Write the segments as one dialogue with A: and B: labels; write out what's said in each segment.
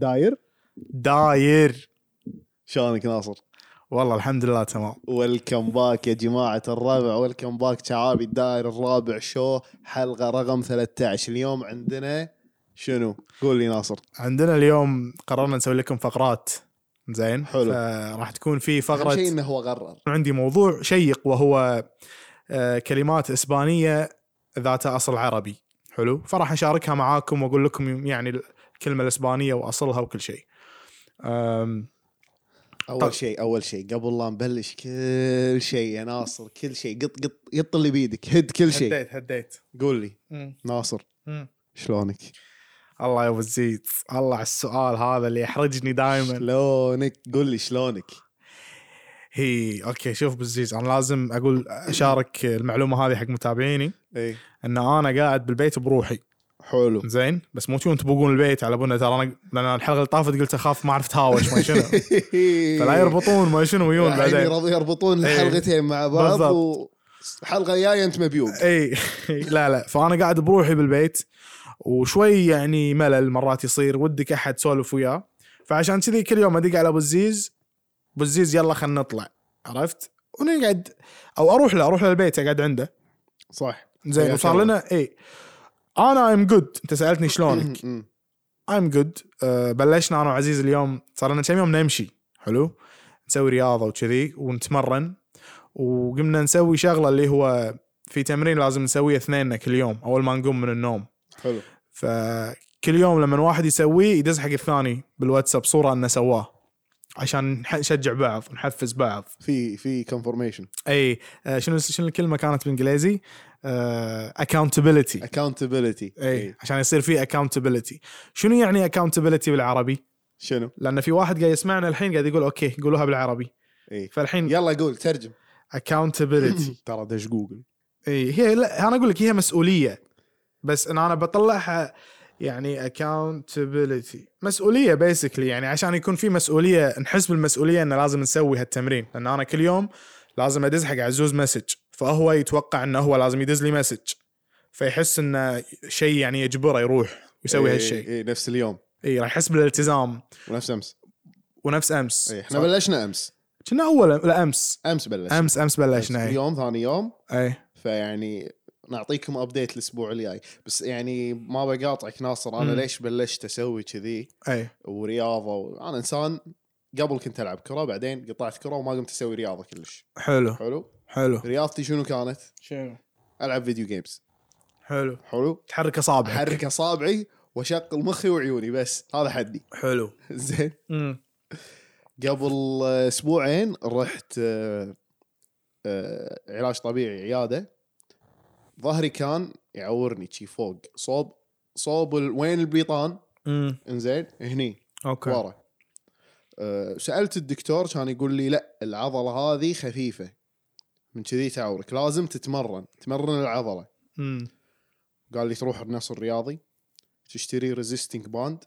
A: داير
B: داير
A: شلونك ناصر
B: والله الحمد لله تمام
A: ويلكم باك يا جماعة الربع ويلكم باك شعابي الداير الرابع شو حلقة رقم 13 اليوم عندنا شنو قول لي ناصر
B: عندنا اليوم قررنا نسوي لكم فقرات زين
A: حلو.
B: راح تكون
A: أهم
B: في
A: شيء
B: فقرة
A: انه هو قرر
B: عندي موضوع شيق وهو آه، كلمات إسبانية ذات أصل عربي حلو فراح أشاركها معاكم وأقول لكم يعني الكلمة الإسبانية وأصلها وكل شيء أم، طب.
A: اول شيء اول شيء قبل لا نبلش كل شيء يا ناصر كل شيء قط قط قط اللي بيدك هد كل شيء
B: هديت هديت
A: قول لي
B: مم،
A: ناصر
B: مم.
A: شلونك
B: الله يا ابو الزيد الله على السؤال هذا اللي يحرجني دائما
A: شلونك قول لي شلونك
B: هي اوكي شوف بزيز انا لازم اقول اشارك المعلومه هذه حق متابعيني
A: اي
B: ان انا قاعد بالبيت بروحي
A: إيه. حلو
B: زين بس مو تجون تبوقون البيت على بنا ترى انا لان الحلقه اللي طافت قلت اخاف ما اعرف تهاوش ما شنو فلا يربطون ما شنو ويون
A: الحين يرض-
B: بعدين
A: يعني يربطون
B: إيه.
A: الحلقتين مع بعض
B: بالضبط.
A: وحلقه جايه انت مبيوق
B: اي لا لا فانا قاعد بروحي بالبيت وشوي يعني ملل مرات يصير ودك احد تسولف وياه فعشان كذي كل يوم ادق على ابو الزيز ابو الزيز يلا خلينا نطلع عرفت ونقعد او اروح له اروح للبيت اقعد عنده
A: صح
B: زين
A: يا
B: وصار
A: كرم.
B: لنا اي انا ام جود انت سالتني شلونك
A: أمم.
B: ام جود Uh, بلشنا انا وعزيز اليوم صار لنا كم يوم نمشي حلو نسوي رياضه وكذي ونتمرن وقمنا نسوي شغله اللي هو في تمرين لازم نسويه اثنيننا كل يوم اول ما نقوم من النوم
A: حلو
B: فكل يوم لما واحد يسويه يدز حق الثاني بالواتساب صوره انه سواه عشان نح- نشجع بعض نحفز بعض
A: في في كونفرميشن
B: اي آه، شنو شنو الكلمه كانت بالانجليزي اكاونتبيلتي
A: اكاونتبيلتي
B: اي عشان يصير في اكاونتبيلتي شنو يعني اكاونتبيلتي بالعربي
A: شنو
B: لان في واحد قاعد يسمعنا الحين قاعد يقول اوكي قولوها بالعربي
A: اي
B: فالحين
A: إيه. يلا قول ترجم
B: اكاونتبيلتي
A: ترى دش جوجل
B: اي هي لا انا اقول لك هي مسؤوليه بس ان انا بطلعها يعني اكاونتبيلتي مسؤوليه بيسكلي يعني عشان يكون في مسؤوليه نحس بالمسؤوليه انه لازم نسوي هالتمرين لان انا كل يوم لازم ادز حق عزوز مسج فهو يتوقع انه هو لازم يدز لي مسج فيحس انه شيء يعني يجبره يروح ويسوي
A: إي-
B: هالشيء
A: اي إيه، نفس اليوم
B: اي راح يحس بالالتزام
A: ونفس امس
B: ونفس امس
A: اي احنا بلشنا امس
B: كنا اول لا امس
A: امس بلشنا
B: امس امس بلشنا اي
A: اليوم ثاني يوم
B: اي
A: فيعني نعطيكم ابديت الاسبوع الجاي بس يعني ما بقاطعك ناصر انا
B: مم.
A: ليش بلشت اسوي كذي
B: اي
A: ورياضه و... انا انسان قبل كنت العب كره بعدين قطعت كره وما قمت اسوي رياضه كلش
B: حلو
A: حلو
B: حلو
A: رياضتي شنو كانت
B: شنو
A: العب فيديو جيمز
B: حلو
A: حلو
B: تحرك اصابعك
A: احرك اصابعي واشغل مخي وعيوني بس هذا حدي
B: حلو
A: زين
B: امم
A: قبل اسبوعين رحت آه، آه، علاج طبيعي عياده ظهري كان يعورني شي فوق صوب صوب ال- وين البيطان
B: امم
A: انزين هني
B: اوكي
A: ورا أه سالت الدكتور كان يقول لي لا العضله هذه خفيفه من كذي تعورك لازم تتمرن تمرن العضله
B: امم
A: قال لي تروح النصر الرياضي تشتري ريزيستنج باند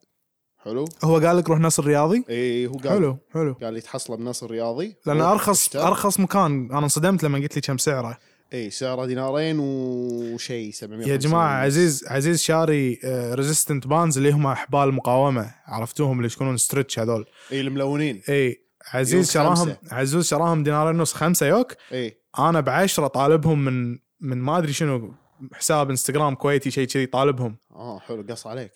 A: حلو
B: هو قال لك روح نصر رياضي
A: اي هو قال
B: حلو حلو
A: قال لي تحصله بنصر الرياضي
B: لان ارخص ارخص مكان انا انصدمت لما قلت لي كم سعره
A: اي إيه، سعره دينارين وشيء 700
B: يا جماعه عزيز عزيز شاري ريزيستنت بانز اللي هم احبال مقاومه عرفتوهم اللي يكونون ستريتش هذول
A: اي الملونين
B: اي
A: يوم
B: عزيز شراهم عزوز شراهم دينارين ونص خمسه يوك
A: اي
B: انا بعشره طالبهم من من ما ادري شنو حساب انستغرام كويتي شيء كذي طالبهم
A: اه حلو قص عليك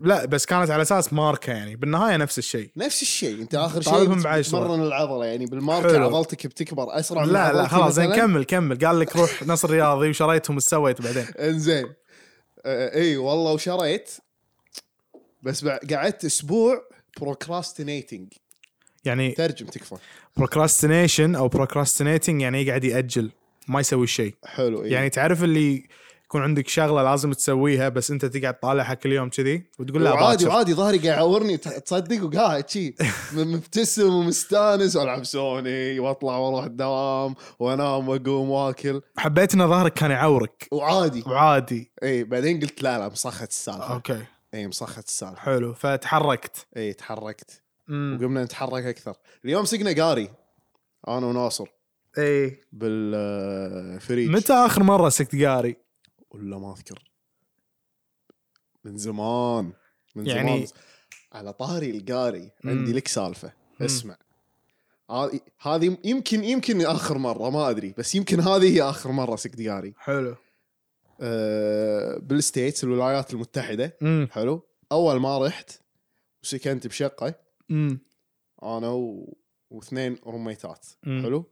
B: لا بس كانت على اساس ماركه يعني بالنهايه نفس الشيء
A: نفس الشيء انت اخر
B: طالبهم
A: شيء
B: بعشرة.
A: تمرن العضله يعني بالماركه
B: حلو.
A: عضلتك بتكبر اسرع من
B: لا لا
A: عضلتي
B: خلاص زين
A: مثلاً.
B: كمل كمل قال لك روح نصر رياضي وشريتهم وش سويت بعدين
A: انزين آه، اي والله وشريت بس بع- قعدت اسبوع بروكراستينيتنج
B: يعني
A: ترجم تكفى
B: بروكراستينيشن او بروكراستينيتنج يعني يقعد ياجل ما يسوي شيء
A: حلو إيه.
B: يعني تعرف اللي يكون عندك شغله لازم تسويها بس انت تقعد طالعها كل يوم كذي وتقول لا
A: وعادي
B: باكر.
A: وعادي ظهري قاعد يعورني ت- تصدق وقاعد شي م- مبتسم ومستانس والعب سوني واطلع واروح الدوام وانام واقوم واكل
B: حبيت ان ظهرك كان يعورك
A: وعادي
B: وعادي
A: اي بعدين قلت لا لا مسخت السالفه
B: اوكي
A: اي مسخت السالفه
B: حلو فتحركت
A: اي تحركت
B: امم
A: وقمنا نتحرك اكثر اليوم سقنا قاري انا وناصر
B: اي
A: إيه. بالفريج
B: متى اخر مره سكت قاري؟
A: ولا ما اذكر من زمان من
B: يعني-
A: زمان على طاري القاري عندي
B: مم.
A: لك سالفه
B: مم.
A: اسمع هذه- هذه يمكن يمكن اخر مره ما ادري بس يمكن هذه هي اخر مره سكت قاري
B: حلو
A: أه بالستيتس الولايات المتحده
B: امم
A: حلو اول ما رحت وسكنت بشقه
B: امم
A: انا و... واثنين روميتات
B: مم.
A: حلو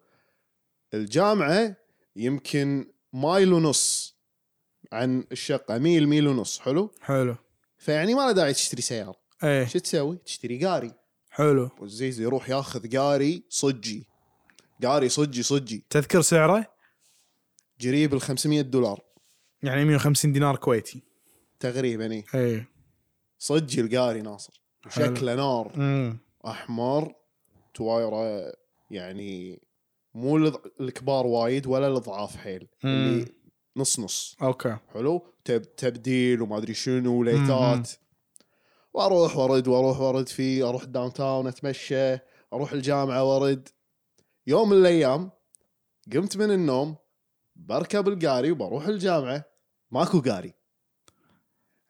A: الجامعه يمكن مايل ونص عن الشقه ميل ميل ونص حلو
B: حلو
A: فيعني ما له داعي تشتري سياره
B: ايه
A: شو تسوي تشتري قاري
B: حلو
A: والزيزي يروح ياخذ قاري صجي قاري صجي صجي
B: تذكر سعره
A: جريب ال 500 دولار
B: يعني 150 دينار كويتي
A: تقريبا اي
B: ايه
A: صجي القاري ناصر
B: حلو.
A: شكله نار
B: امم
A: احمر توايره يعني مو الض- الكبار وايد ولا الاضعاف حيل اللي
B: مم.
A: نص نص
B: اوكي
A: حلو تب تبديل وما ادري شنو وليتات واروح وارد واروح وارد فيه اروح داون تاون اتمشى اروح الجامعه وارد يوم من الايام قمت من النوم بركب القاري وبروح الجامعه ماكو قاري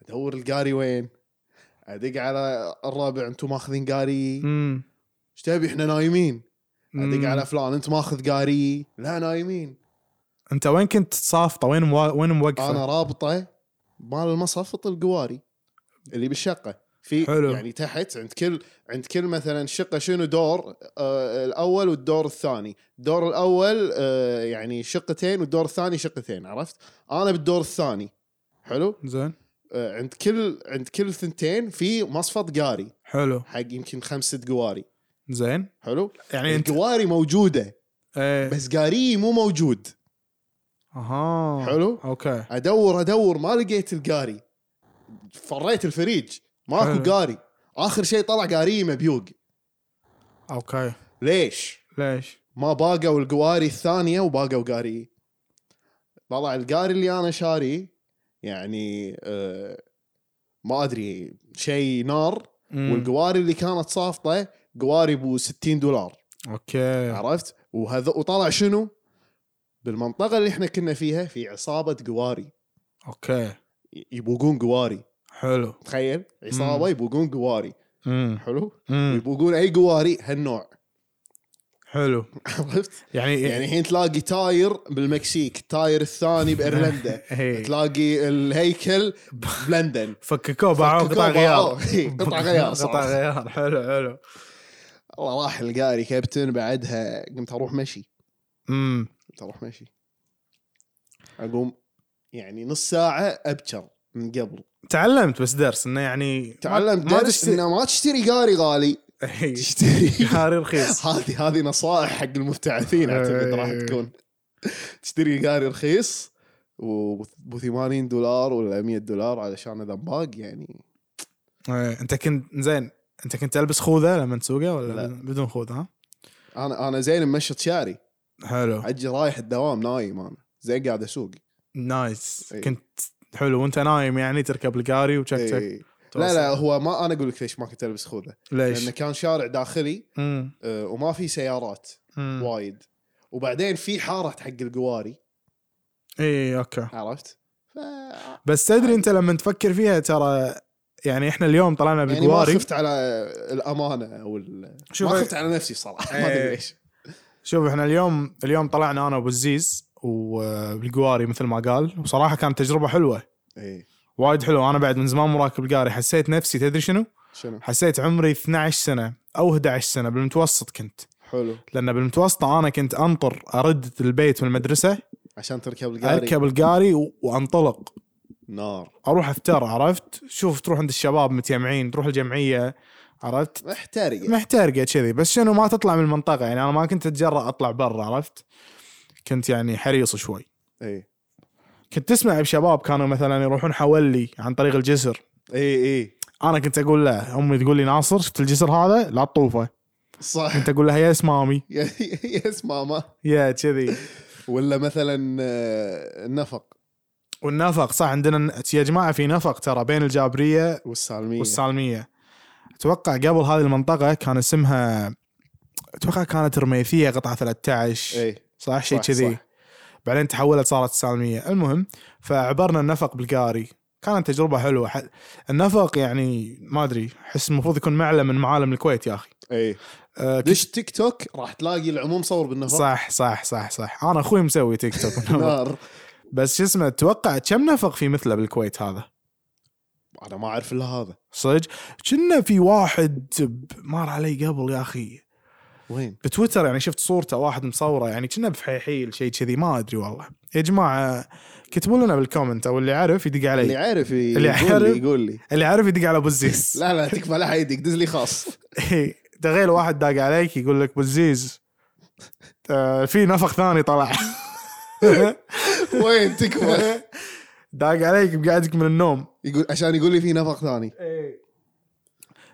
A: ادور القاري وين ادق على الرابع انتم ماخذين قاري
B: امم
A: ايش تبي احنا نايمين
B: مم.
A: ادق على فلان انت ماخذ قاري لا نايمين
B: انت وين كنت صافطه وين موا... وين موقفه
A: انا رابطه مال المصافط القواري اللي بالشقه في
B: حلو.
A: حلو. يعني تحت عند كل عند كل مثلا شقه شنو دور آه الاول والدور الثاني الدور الاول آه يعني شقتين والدور الثاني شقتين عرفت انا بالدور الثاني حلو
B: زين
A: آه عند كل عند كل ثنتين في مصفط قاري
B: حلو
A: حق يمكن خمسة قواري
B: زين
A: حلو
B: يعني انت
A: القواري موجوده
B: ايه
A: بس قاري مو موجود
B: اها
A: حلو؟
B: اوكي
A: ادور ادور ما لقيت القاري فريت الفريج
B: حلو.
A: ماكو قاري اخر شيء طلع قاري مبيوق
B: اوكي
A: ليش؟
B: ليش؟
A: ما باقوا القواري الثانيه وباقوا قاري طلع القاري اللي انا شاريه يعني آه ما ادري شيء نار
B: مم.
A: والقواري اللي كانت صافطه قواري ب 60 دولار
B: اوكي
A: عرفت؟ وهذا وطلع شنو؟ بالمنطقه اللي احنا كنا فيها في عصابه قواري
B: اوكي
A: يبوقون قواري
B: حلو
A: تخيل عصابه
B: مم.
A: يبوقون قواري
B: امم
A: حلو
B: امم
A: يبوقون اي قواري هالنوع
B: حلو
A: عرفت
B: يعني
A: يعني الحين تلاقي تاير بالمكسيك التاير الثاني بايرلندا
B: إيه.
A: تلاقي الهيكل بلندن
B: فككوه باعوه قطع غيار
A: إيه، قطع غيار
B: قطع
A: صراحة.
B: غيار حلو حلو
A: والله راح القاري كابتن بعدها قمت اروح مشي
B: امم
A: قمت اروح مشي اقوم يعني نص ساعه ابكر من قبل
B: تعلمت بس درس انه يعني ما-
A: تعلمت
B: ما
A: درس
B: تشتري
A: انه ما تشتري قاري غالي
B: إيه.
A: تشتري
B: قاري رخيص
A: هذه هذه نصائح حق المبتعثين اعتقد راح
B: إيه.
A: تكون تشتري قاري رخيص وب 80 دولار ولا 100 دولار علشان اذا باق يعني
B: إيه. انت كنت زين انت كنت تلبس خوذه لما تسوقه ولا
A: لا.
B: بدون خوذه ها؟
A: انا انا زين ممشط شعري
B: حلو
A: عجي رايح الدوام نايم انا زين قاعد اسوق
B: نايس
A: إيه.
B: كنت حلو وانت نايم يعني تركب القاري وتشك تشك
A: إيه. لا لا هو ما انا اقول لك ليش ما كنت البس خوذه لانه
B: ليش؟
A: كان شارع داخلي
B: مم.
A: آه، وما في سيارات
B: مم.
A: وايد وبعدين في حاره حق القواري
B: اي اوكي
A: عرفت؟ ف يعني
B: إيه، بس تدري انت لما تفكر فيها ترى يعني احنا اليوم طلعنا
A: ما
B: بالقواري
A: خفت على الامانه او ال...
B: شوف
A: ما خفت على نفسي صراحه ما
B: إيه.
A: ادري ليش
B: شوف احنا اليوم اليوم طلعنا انا وابو الزيز وبالقواري مثل ما قال وصراحه كانت تجربه حلوه
A: ايه
B: وايد حلوه انا بعد من زمان مو راكب القاري حسيت نفسي تدري شنو؟
A: شنو
B: حسيت عمري 12 سنه او 11 سنه بالمتوسط كنت
A: حلو
B: لان بالمتوسطه انا كنت انطر ارد البيت من المدرسه
A: عشان تركب القاري
B: اركب القاري و- وانطلق
A: نار
B: اروح افتر عرفت؟ شوف تروح عند الشباب متجمعين تروح الجمعيه عرفت؟
A: محترق
B: محترقه كذي بس شنو ما تطلع من المنطقه يعني انا ما كنت اتجرأ اطلع برا عرفت؟ كنت يعني حريص شوي
A: اي
B: كنت تسمع بشباب كانوا مثلا يروحون حولي عن طريق الجسر
A: اي اي
B: انا كنت اقول له امي تقول لي ناصر شفت الجسر هذا لا تطوفه
A: صح
B: كنت اقول لها يس مامي
A: يا- يس ماما
B: يا كذي
A: ولا مثلا آه، النفق
B: والنفق صح عندنا يا جماعه في نفق ترى بين
A: إيه.
B: الجابريه
A: والسالميه
B: والسالميه اتوقع قبل هذه المنطقه كان اسمها اتوقع كانت رميثيه قطعه 13
A: اي
B: صح شيء
A: إيه. صح،
B: كذي
A: صح.
B: بعدين تحولت صارت السالميه المهم فعبرنا النفق بالقاري كانت تجربه حلوه ح... النفق يعني ما ادري احس المفروض يكون معلم من معالم الكويت يا اخي
A: اي
B: أه كنت-
A: دش إيه. تيك توك راح تلاقي العموم صور بالنهار
B: صح صح صح صح انا اخوي مسوي تيك توك
A: نار
B: بس شو اسمه اتوقع كم نفق في مثله بالكويت هذا
A: انا ما اعرف الا هذا
B: صدق كنا في واحد ب- مر علي قبل يا اخي
A: وين
B: بتويتر يعني شفت صورته واحد مصوره يعني كنا بفحيحيل شيء كذي ما ادري والله يا جماعه كتبوا لنا بالكومنت او اللي عارف يدق علي
A: اللي عارف ي-
B: إيه. اللي
A: يقول
B: عارف.
A: لي يقول لي
B: اللي عارف يدق على ابو الزيز
A: لا لا تكفى لا حيدك دز لي خاص
B: إيه، تخيل واحد داق عليك يقول لك ابو الزيز آه، في نفق ثاني طلع
A: وين تكفى
B: داق عليك بقعدك من النوم
A: يقول عشان يقول لي في نفق ثاني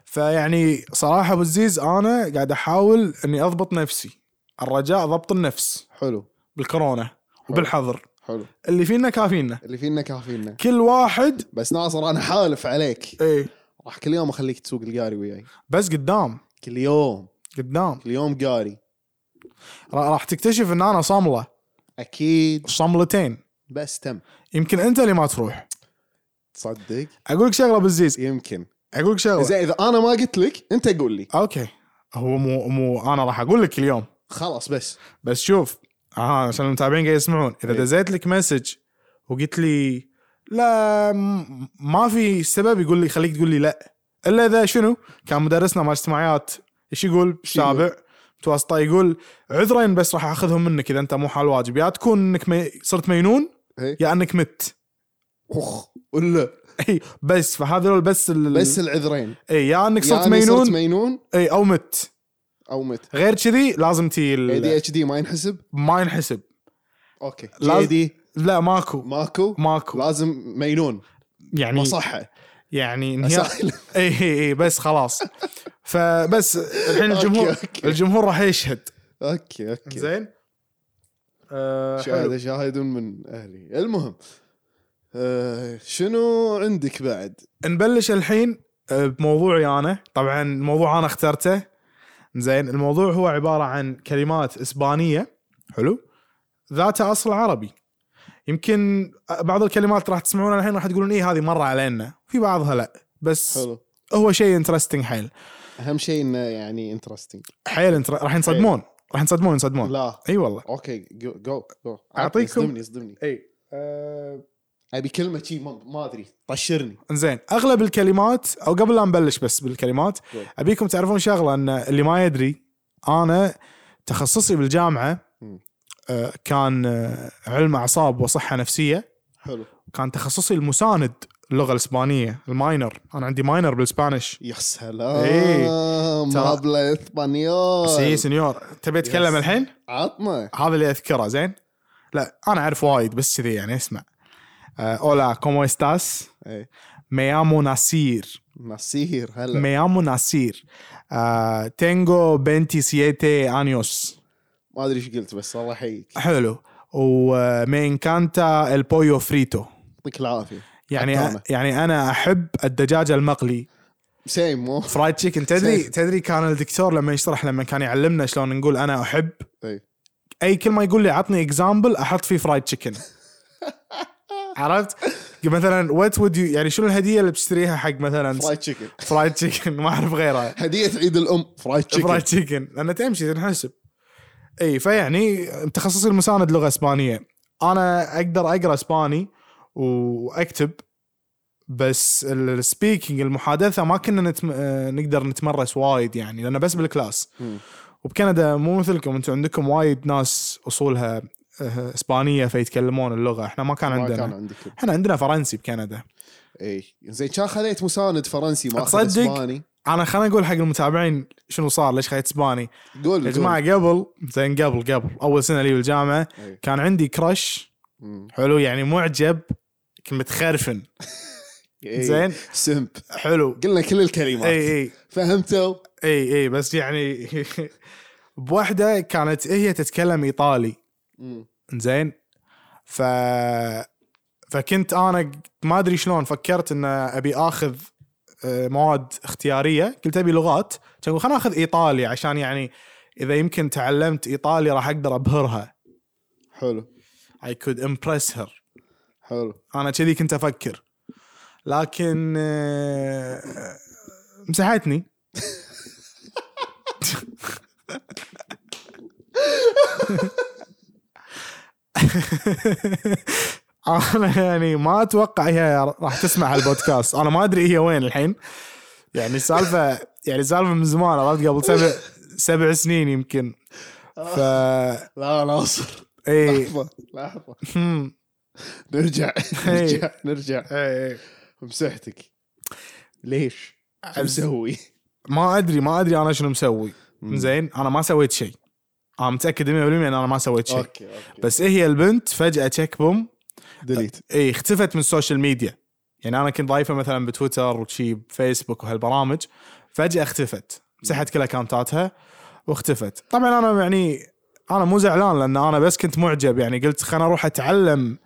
B: فيعني صراحه ابو الزيز انا قاعد احاول اني اضبط نفسي الرجاء ضبط النفس
A: حلو
B: بالكورونا وبالحظر
A: حلو
B: اللي فينا كافينا
A: اللي فينا كافينا
B: كل واحد
A: بس ناصر انا حالف عليك
B: ايه
A: راح كل يوم اخليك تسوق القاري وياي
B: بس قدام
A: كل يوم
B: قدام
A: كل يوم قاري
B: را- راح تكتشف ان انا صمله
A: اكيد
B: صملتين
A: بس تم
B: يمكن انت اللي ما تروح
A: تصدق
B: اقول لك شغله بالزيز
A: يمكن
B: اقول لك شغله
A: زين اذا انا ما قلت لك انت قول لي
B: اوكي هو مو مو انا راح اقول لك اليوم
A: خلاص بس
B: بس شوف اه عشان المتابعين قاعد يسمعون اذا
A: إيه.
B: دزيت لك مسج وقلت لي لا م- ما في سبب يقول لي خليك تقول لي لا الا اذا شنو كان مدرسنا مال اجتماعيات ايش يقول بالسابع متوسطه يقول عذرين بس راح اخذهم منك اذا انت مو حال واجب يا تكون انك مي... صرت مينون
A: إيه.
B: يا انك مت
A: اخ ولا
B: اي بس فهذول بس ال...
A: بس العذرين
B: اي يا انك صرت
A: يعني
B: مينون
A: صرت مينون
B: اي او مت
A: او مت
B: غير كذي لازم تي ال-
A: اي إيه، دي اتش دي ما ينحسب
B: ما ينحسب
A: اوكي
B: لا-
A: جي دي
B: لا ماكو
A: ماكو
B: ماكو
A: لازم مينون
B: يعني
A: مصحة
B: يعني انهيار
A: أسهل.
B: اي اي اي إيه، بس خلاص فبس الحين الجمهور
A: أوكي، أوكي.
B: الجمهور راح يشهد
A: اوكي اوكي
B: زين آه، حلو.
A: شاهد شاهد من اهلي المهم آه شنو عندك بعد؟
B: نبلش الحين آه، بموضوعي انا طبعا الموضوع انا اخترته زين الموضوع هو عباره عن كلمات اسبانيه حلو ذات اصل عربي يمكن بعض الكلمات راح تسمعونها الحين راح تقولون ايه هذه مره علينا في بعضها لا بس حلو.
A: حلو
B: هو شيء انترستنج حيل
A: اهم شيء انه يعني انترستنج
B: حيل انتر... راح ينصدمون راح ينصدمون ينصدمون
A: لا
B: اي والله
A: اوكي جو جو, جو.
B: أعطيكم-
A: اصدمني اصدمني
B: اي
A: آه، ابي كلمه شي ما, ما ادري طشرني
B: زين اغلب الكلمات او قبل لا نبلش بس بالكلمات
A: قول.
B: ابيكم تعرفون شغله ان اللي ما يدري انا تخصصي بالجامعه
A: مم.
B: آه، كان آه، علم اعصاب وصحه نفسيه
A: حلو
B: كان تخصصي المساند اللغه الاسبانيه الماينر انا عندي ماينر بالاسبانيش
A: يا سلام
B: إيه. ترى-
A: هبله اسبانيول
B: سي سنيور تبي اتكلم
A: يس.
B: الحين
A: عطنا
B: هذا اللي اذكره زين لا انا اعرف وايد بس كذي يعني اسمع اولا كومو استاس
A: إيه.
B: ميامو ناسير
A: نصير هلا
B: Me llamo Nasir. آه، tengo 27 años.
A: ما ادري ايش قلت بس الله يحييك
B: حلو. و آه، me encanta el pollo frito.
A: يعطيك العافيه حتى
B: يعني
A: أنا.
B: يعني انا احب الدجاج المقلي
A: سيم مو
B: فرايد تشيكن تدري
A: سيف.
B: تدري كان الدكتور لما يشرح لما كان يعلمنا شلون نقول انا احب
A: إي.
B: اي كلمه يقول لي عطني اكزامبل احط فيه فرايد تشيكن عرفت مثلا وات وود يو يعني شنو الهديه اللي بتشتريها حق مثلا
A: فرايد تشيكن
B: فرايد تشيكن ما اعرف غيرها
A: هديه عيد الام فرايد
B: فرايد
A: تشيكن
B: تشيكن لان تمشي تنحسب اي فيعني تخصصي المساند لغه اسبانيه انا اقدر اقرا اسباني واكتب بس السبيكينج المحادثه ما كنا نتم... آه، نقدر نتمرس وايد يعني لان بس بالكلاس
A: مم.
B: وبكندا مو مثلكم انتم عندكم وايد ناس اصولها آه، اسبانيه فيتكلمون اللغه احنا ما كان
A: ما
B: عندنا
A: كان عندك
B: احنا عندنا فرنسي بكندا
A: اي زين كان خذيت مساند فرنسي ما اخذ
B: تصدق؟
A: اسباني
B: انا خليني اقول حق المتابعين شنو صار ليش خليت اسباني
A: قول
B: يا جماعه قبل زين قبل قبل اول سنه لي بالجامعه
A: إيه.
B: كان عندي كراش حلو يعني معجب كنت متخرفن
A: زين
B: زين إيه،
A: سمب
B: حلو
A: إيه. قلنا كل الكلمات
B: اي اي
A: فهمتوا؟
B: اي اي بس يعني بوحده كانت هي تتكلم ايطالي
A: مم.
B: زين ف فكنت انا ما ادري شلون فكرت ان ابي اخذ آه، مواد اختياريه قلت ابي لغات كنت أقول خلنا اخذ ايطالي عشان يعني اذا يمكن تعلمت ايطالي راح اقدر ابهرها
A: حلو
B: I could impress her
A: حلو
B: انا كذي كنت افكر لكن آه، مسحتني انا يعني ما اتوقع هي راح تسمع هالبودكاست انا ما ادري هي وين الحين يعني السالفه يعني السالفه من زمان عرفت قبل سبع سبع سنين يمكن ف
A: لا ناصر
B: اي
A: لحظه لحظه
B: هم.
A: نرجع
B: إيه.
A: نرجع نرجع
B: إي.
A: مسحتك ليش؟ شو
B: عز-
A: مسوي؟
B: ما ادري ما ادري انا شنو مسوي زين انا ما سويت شيء انا متاكد 100% ان انا ما سويت شيء
A: اوكي اوكي
B: بس هي البنت فجاه تشيك بوم
A: ديليت
B: اي اختفت من السوشيال ميديا يعني انا كنت ضايفه مثلا بتويتر وشي بفيسبوك وهالبرامج فجاه اختفت مسحت كل اكونتاتها واختفت طبعا انا يعني انا مو زعلان لان انا بس كنت معجب يعني قلت خليني اروح اتعلم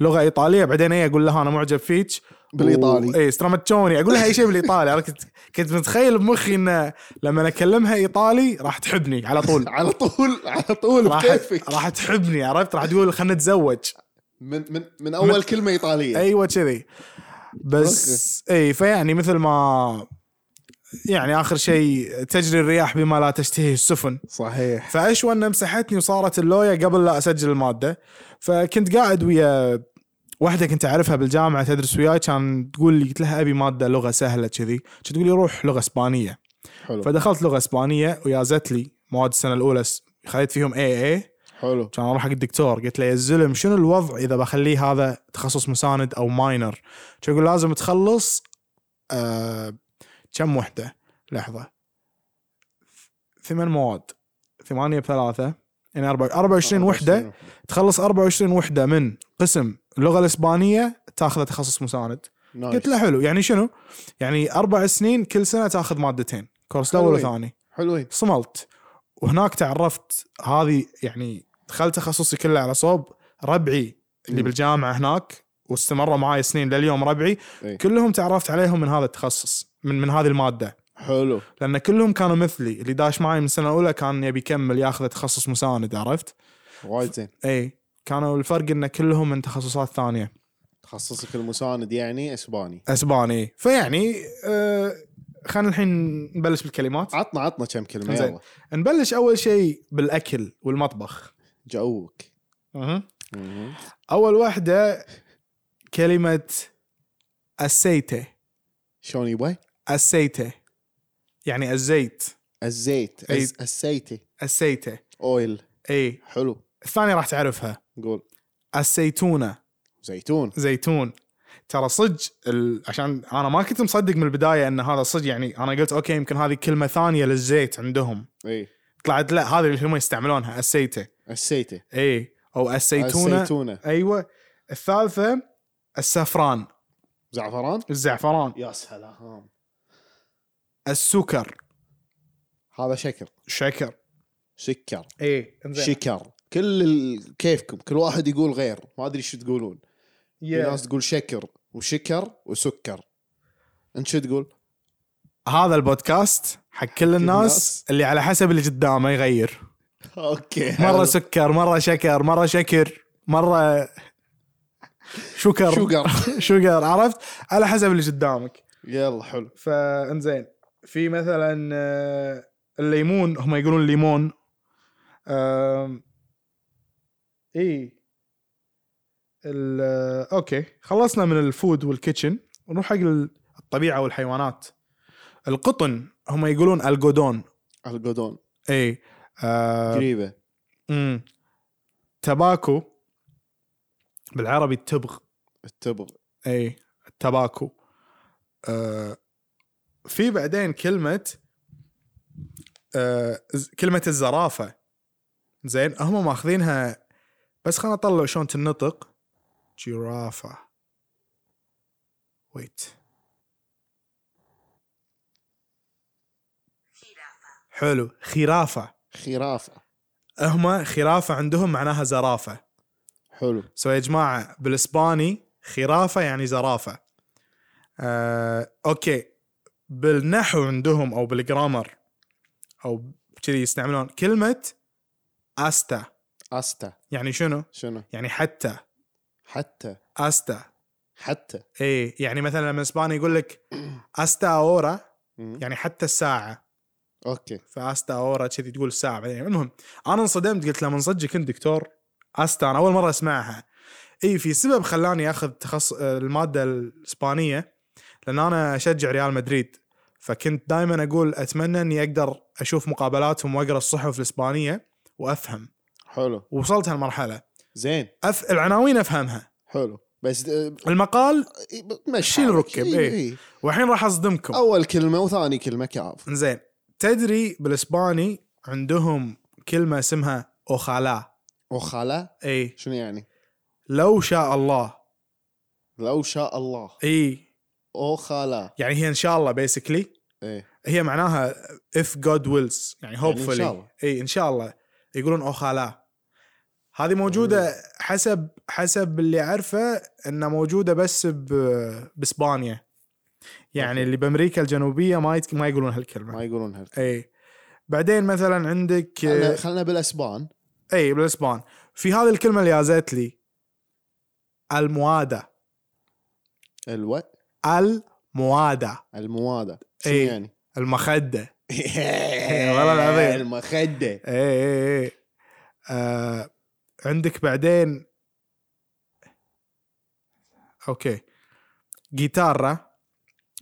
B: لغه ايطاليه بعدين اي اقول لها انا معجب فيك
A: بالإيطالي.
B: و... اي سترامتشوني اقول لها اي شيء بالايطالي انا كنت كنت متخيل بمخي انه لما اكلمها ايطالي راح تحبني على طول
A: على طول على طول
B: راح
A: بكيفك
B: راح تحبني عرفت راح تقول خلينا نتزوج
A: من من من اول كلمه ايطاليه
B: ايوه كذي بس اي فيعني مثل ما يعني اخر شيء تجري الرياح بما لا تشتهيه السفن
A: صحيح
B: فاشوى انه مسحتني وصارت اللويا قبل لا اسجل الماده فكنت قاعد ويا واحده كنت اعرفها بالجامعه تدرس وياي كان تقول لي قلت لها ابي ماده لغه سهله كذي كانت تقول لي روح لغه اسبانيه
A: حلو
B: فدخلت لغه اسبانيه ويازت لي مواد السنه الاولى س- خليت فيهم اي اي
A: حلو
B: كان اروح حق الدكتور قلت له يا الزلم شنو الوضع اذا بخليه هذا تخصص مساند او ماينر كان يقول لازم تخلص آه كم وحده لحظه ثمان مواد ثمانية بثلاثة يعني أربعة 24 وحدة تخلص 24 وحدة من قسم اللغة الإسبانية تاخذ تخصص مساند
A: آه،
B: قلت له حلو يعني شنو يعني أربع سنين كل سنة تاخذ مادتين كورس أول
A: حلوين.
B: وثاني
A: حلوين
B: صملت وهناك تعرفت هذه يعني دخلت تخصصي كله على صوب ربعي اللي
A: مم.
B: بالجامعه هناك واستمروا معاي سنين لليوم ربعي
A: إي.
B: كلهم تعرفت عليهم من هذا التخصص من من هذه الماده
A: حلو
B: لان كلهم كانوا مثلي اللي داش معي من السنه الاولى كان يبي يكمل ياخذ تخصص مساند عرفت؟
A: وايد زين
B: اي كانوا الفرق ان كلهم من تخصصات ثانيه
A: تخصصك المساند يعني اسباني
B: اسباني فيعني آه خلينا الحين نبلش بالكلمات
A: عطنا عطنا كم كلمه
B: زين.
A: يلا
B: نبلش اول شيء بالاكل والمطبخ
A: جوك
B: أه.
A: مهم.
B: اول واحده كلمه السيته
A: شلون يبا
B: السيته يعني الزيت
A: الزيت
B: أي.
A: الز- الزيتة
B: السيته
A: اويل
B: اي
A: حلو
B: الثانيه إيه، راح تعرفها
A: قول
B: الزيتونه
A: زيتون
B: زيتون ترى صج ال... عشان انا ما كنت مصدق من البدايه ان هذا صج يعني انا قلت اوكي يمكن هذه كلمه ثانيه للزيت عندهم
A: اي
B: طلعت لا هذه اللي هم يستعملونها إيه، السيته
A: الزيتة
B: اي او الزيتونه, الزيتون.
A: الزيتونة
B: ايوه الثالثه السفران
A: زعفران
B: الزعفران
A: يا سلام
B: السكر
A: هذا شكر
B: شكر
A: سكر
B: ايه
A: شكر كل ال... كيفكم كل واحد يقول غير ما ادري شو تقولون في ناس تقول شكر وشكر وسكر انت شو تقول؟
B: هذا البودكاست حق كل الناس
A: الناس.
B: اللي على حسب اللي قدامه يغير
A: اوكي
B: مره
A: حلو.
B: سكر مره شكر مره شكر مره شكر
A: شوكر
B: شوكر عرفت على حسب اللي قدامك
A: يلا حلو
B: فانزين في مثلا آه، الليمون هم يقولون ليمون آم، اي ال- آه، اوكي خلصنا من الفود والكيتشن نروح حق ال- الطبيعه والحيوانات القطن هم يقولون الجودون
A: القدون
B: اي آه،
A: قريبه
B: أمم. تباكو بالعربي التبغ
A: التبغ
B: اي التباكو آه في بعدين كلمة آه ز- كلمة الزرافة زين هم ماخذينها بس خلنا اطلع شلون تنطق جرافة ويت حلو خرافة
A: خرافه
B: هم خرافة عندهم معناها زرافة
A: حلو
B: سو يا جماعه بالاسباني خرافه يعني زرافه آه، اوكي بالنحو عندهم او بالجرامر او كذي يستعملون كلمه استا
A: استا
B: يعني شنو؟
A: شنو
B: يعني حتى
A: حتى
B: استا
A: حتى
B: اي يعني مثلا لما اسباني يقول لك استا اورا
A: مم.
B: يعني حتى الساعه
A: اوكي
B: فاستا اورا كذي تقول الساعه بعدين المهم انا انصدمت قلت له من صدقك كنت دكتور استا انا اول مره اسمعها اي في سبب خلاني اخذ تخص الماده الاسبانيه لان انا اشجع ريال مدريد فكنت دائما اقول اتمنى اني اقدر اشوف مقابلاتهم واقرا الصحف الاسبانيه وافهم
A: حلو
B: ووصلت هالمرحله
A: زين
B: أف... العناوين افهمها
A: حلو بس آه،
B: المقال
A: مشي
B: شيل
A: حالك.
B: ركب،
A: إي،
B: إي.
A: إي.
B: والحين راح اصدمكم
A: اول كلمه وثاني كلمه كاف
B: زين تدري بالاسباني عندهم كلمه اسمها اوخالا
A: وخلا
B: اي
A: شنو يعني؟
B: لو شاء الله
A: لو شاء الله
B: اي
A: او خلا
B: يعني هي ان شاء الله بيسكلي
A: ايه
B: هي معناها if God wills يعني
A: يعني إن شاء
B: hopefully
A: الله.
B: اي ان شاء الله يقولون اوخالا هذه موجوده حسب حسب اللي اعرفه انها موجوده بس ب- باسبانيا يعني
A: أوكي.
B: اللي بامريكا الجنوبيه ما يتك... ما يقولون هالكلمه
A: ما يقولون هالك
B: اي بعدين مثلا عندك
A: خلنا- خلنا بالاسبان
B: اي بالاسبان في هذه الكلمه اللي جازت لي المواده
A: الو
B: المواده
A: المواده شنو
B: إي.
A: يعني؟
B: المخده والله
A: والله
B: العظيم.
A: المخده
B: اي اي اي إيه، آه عندك بعدين اوكي جيتارة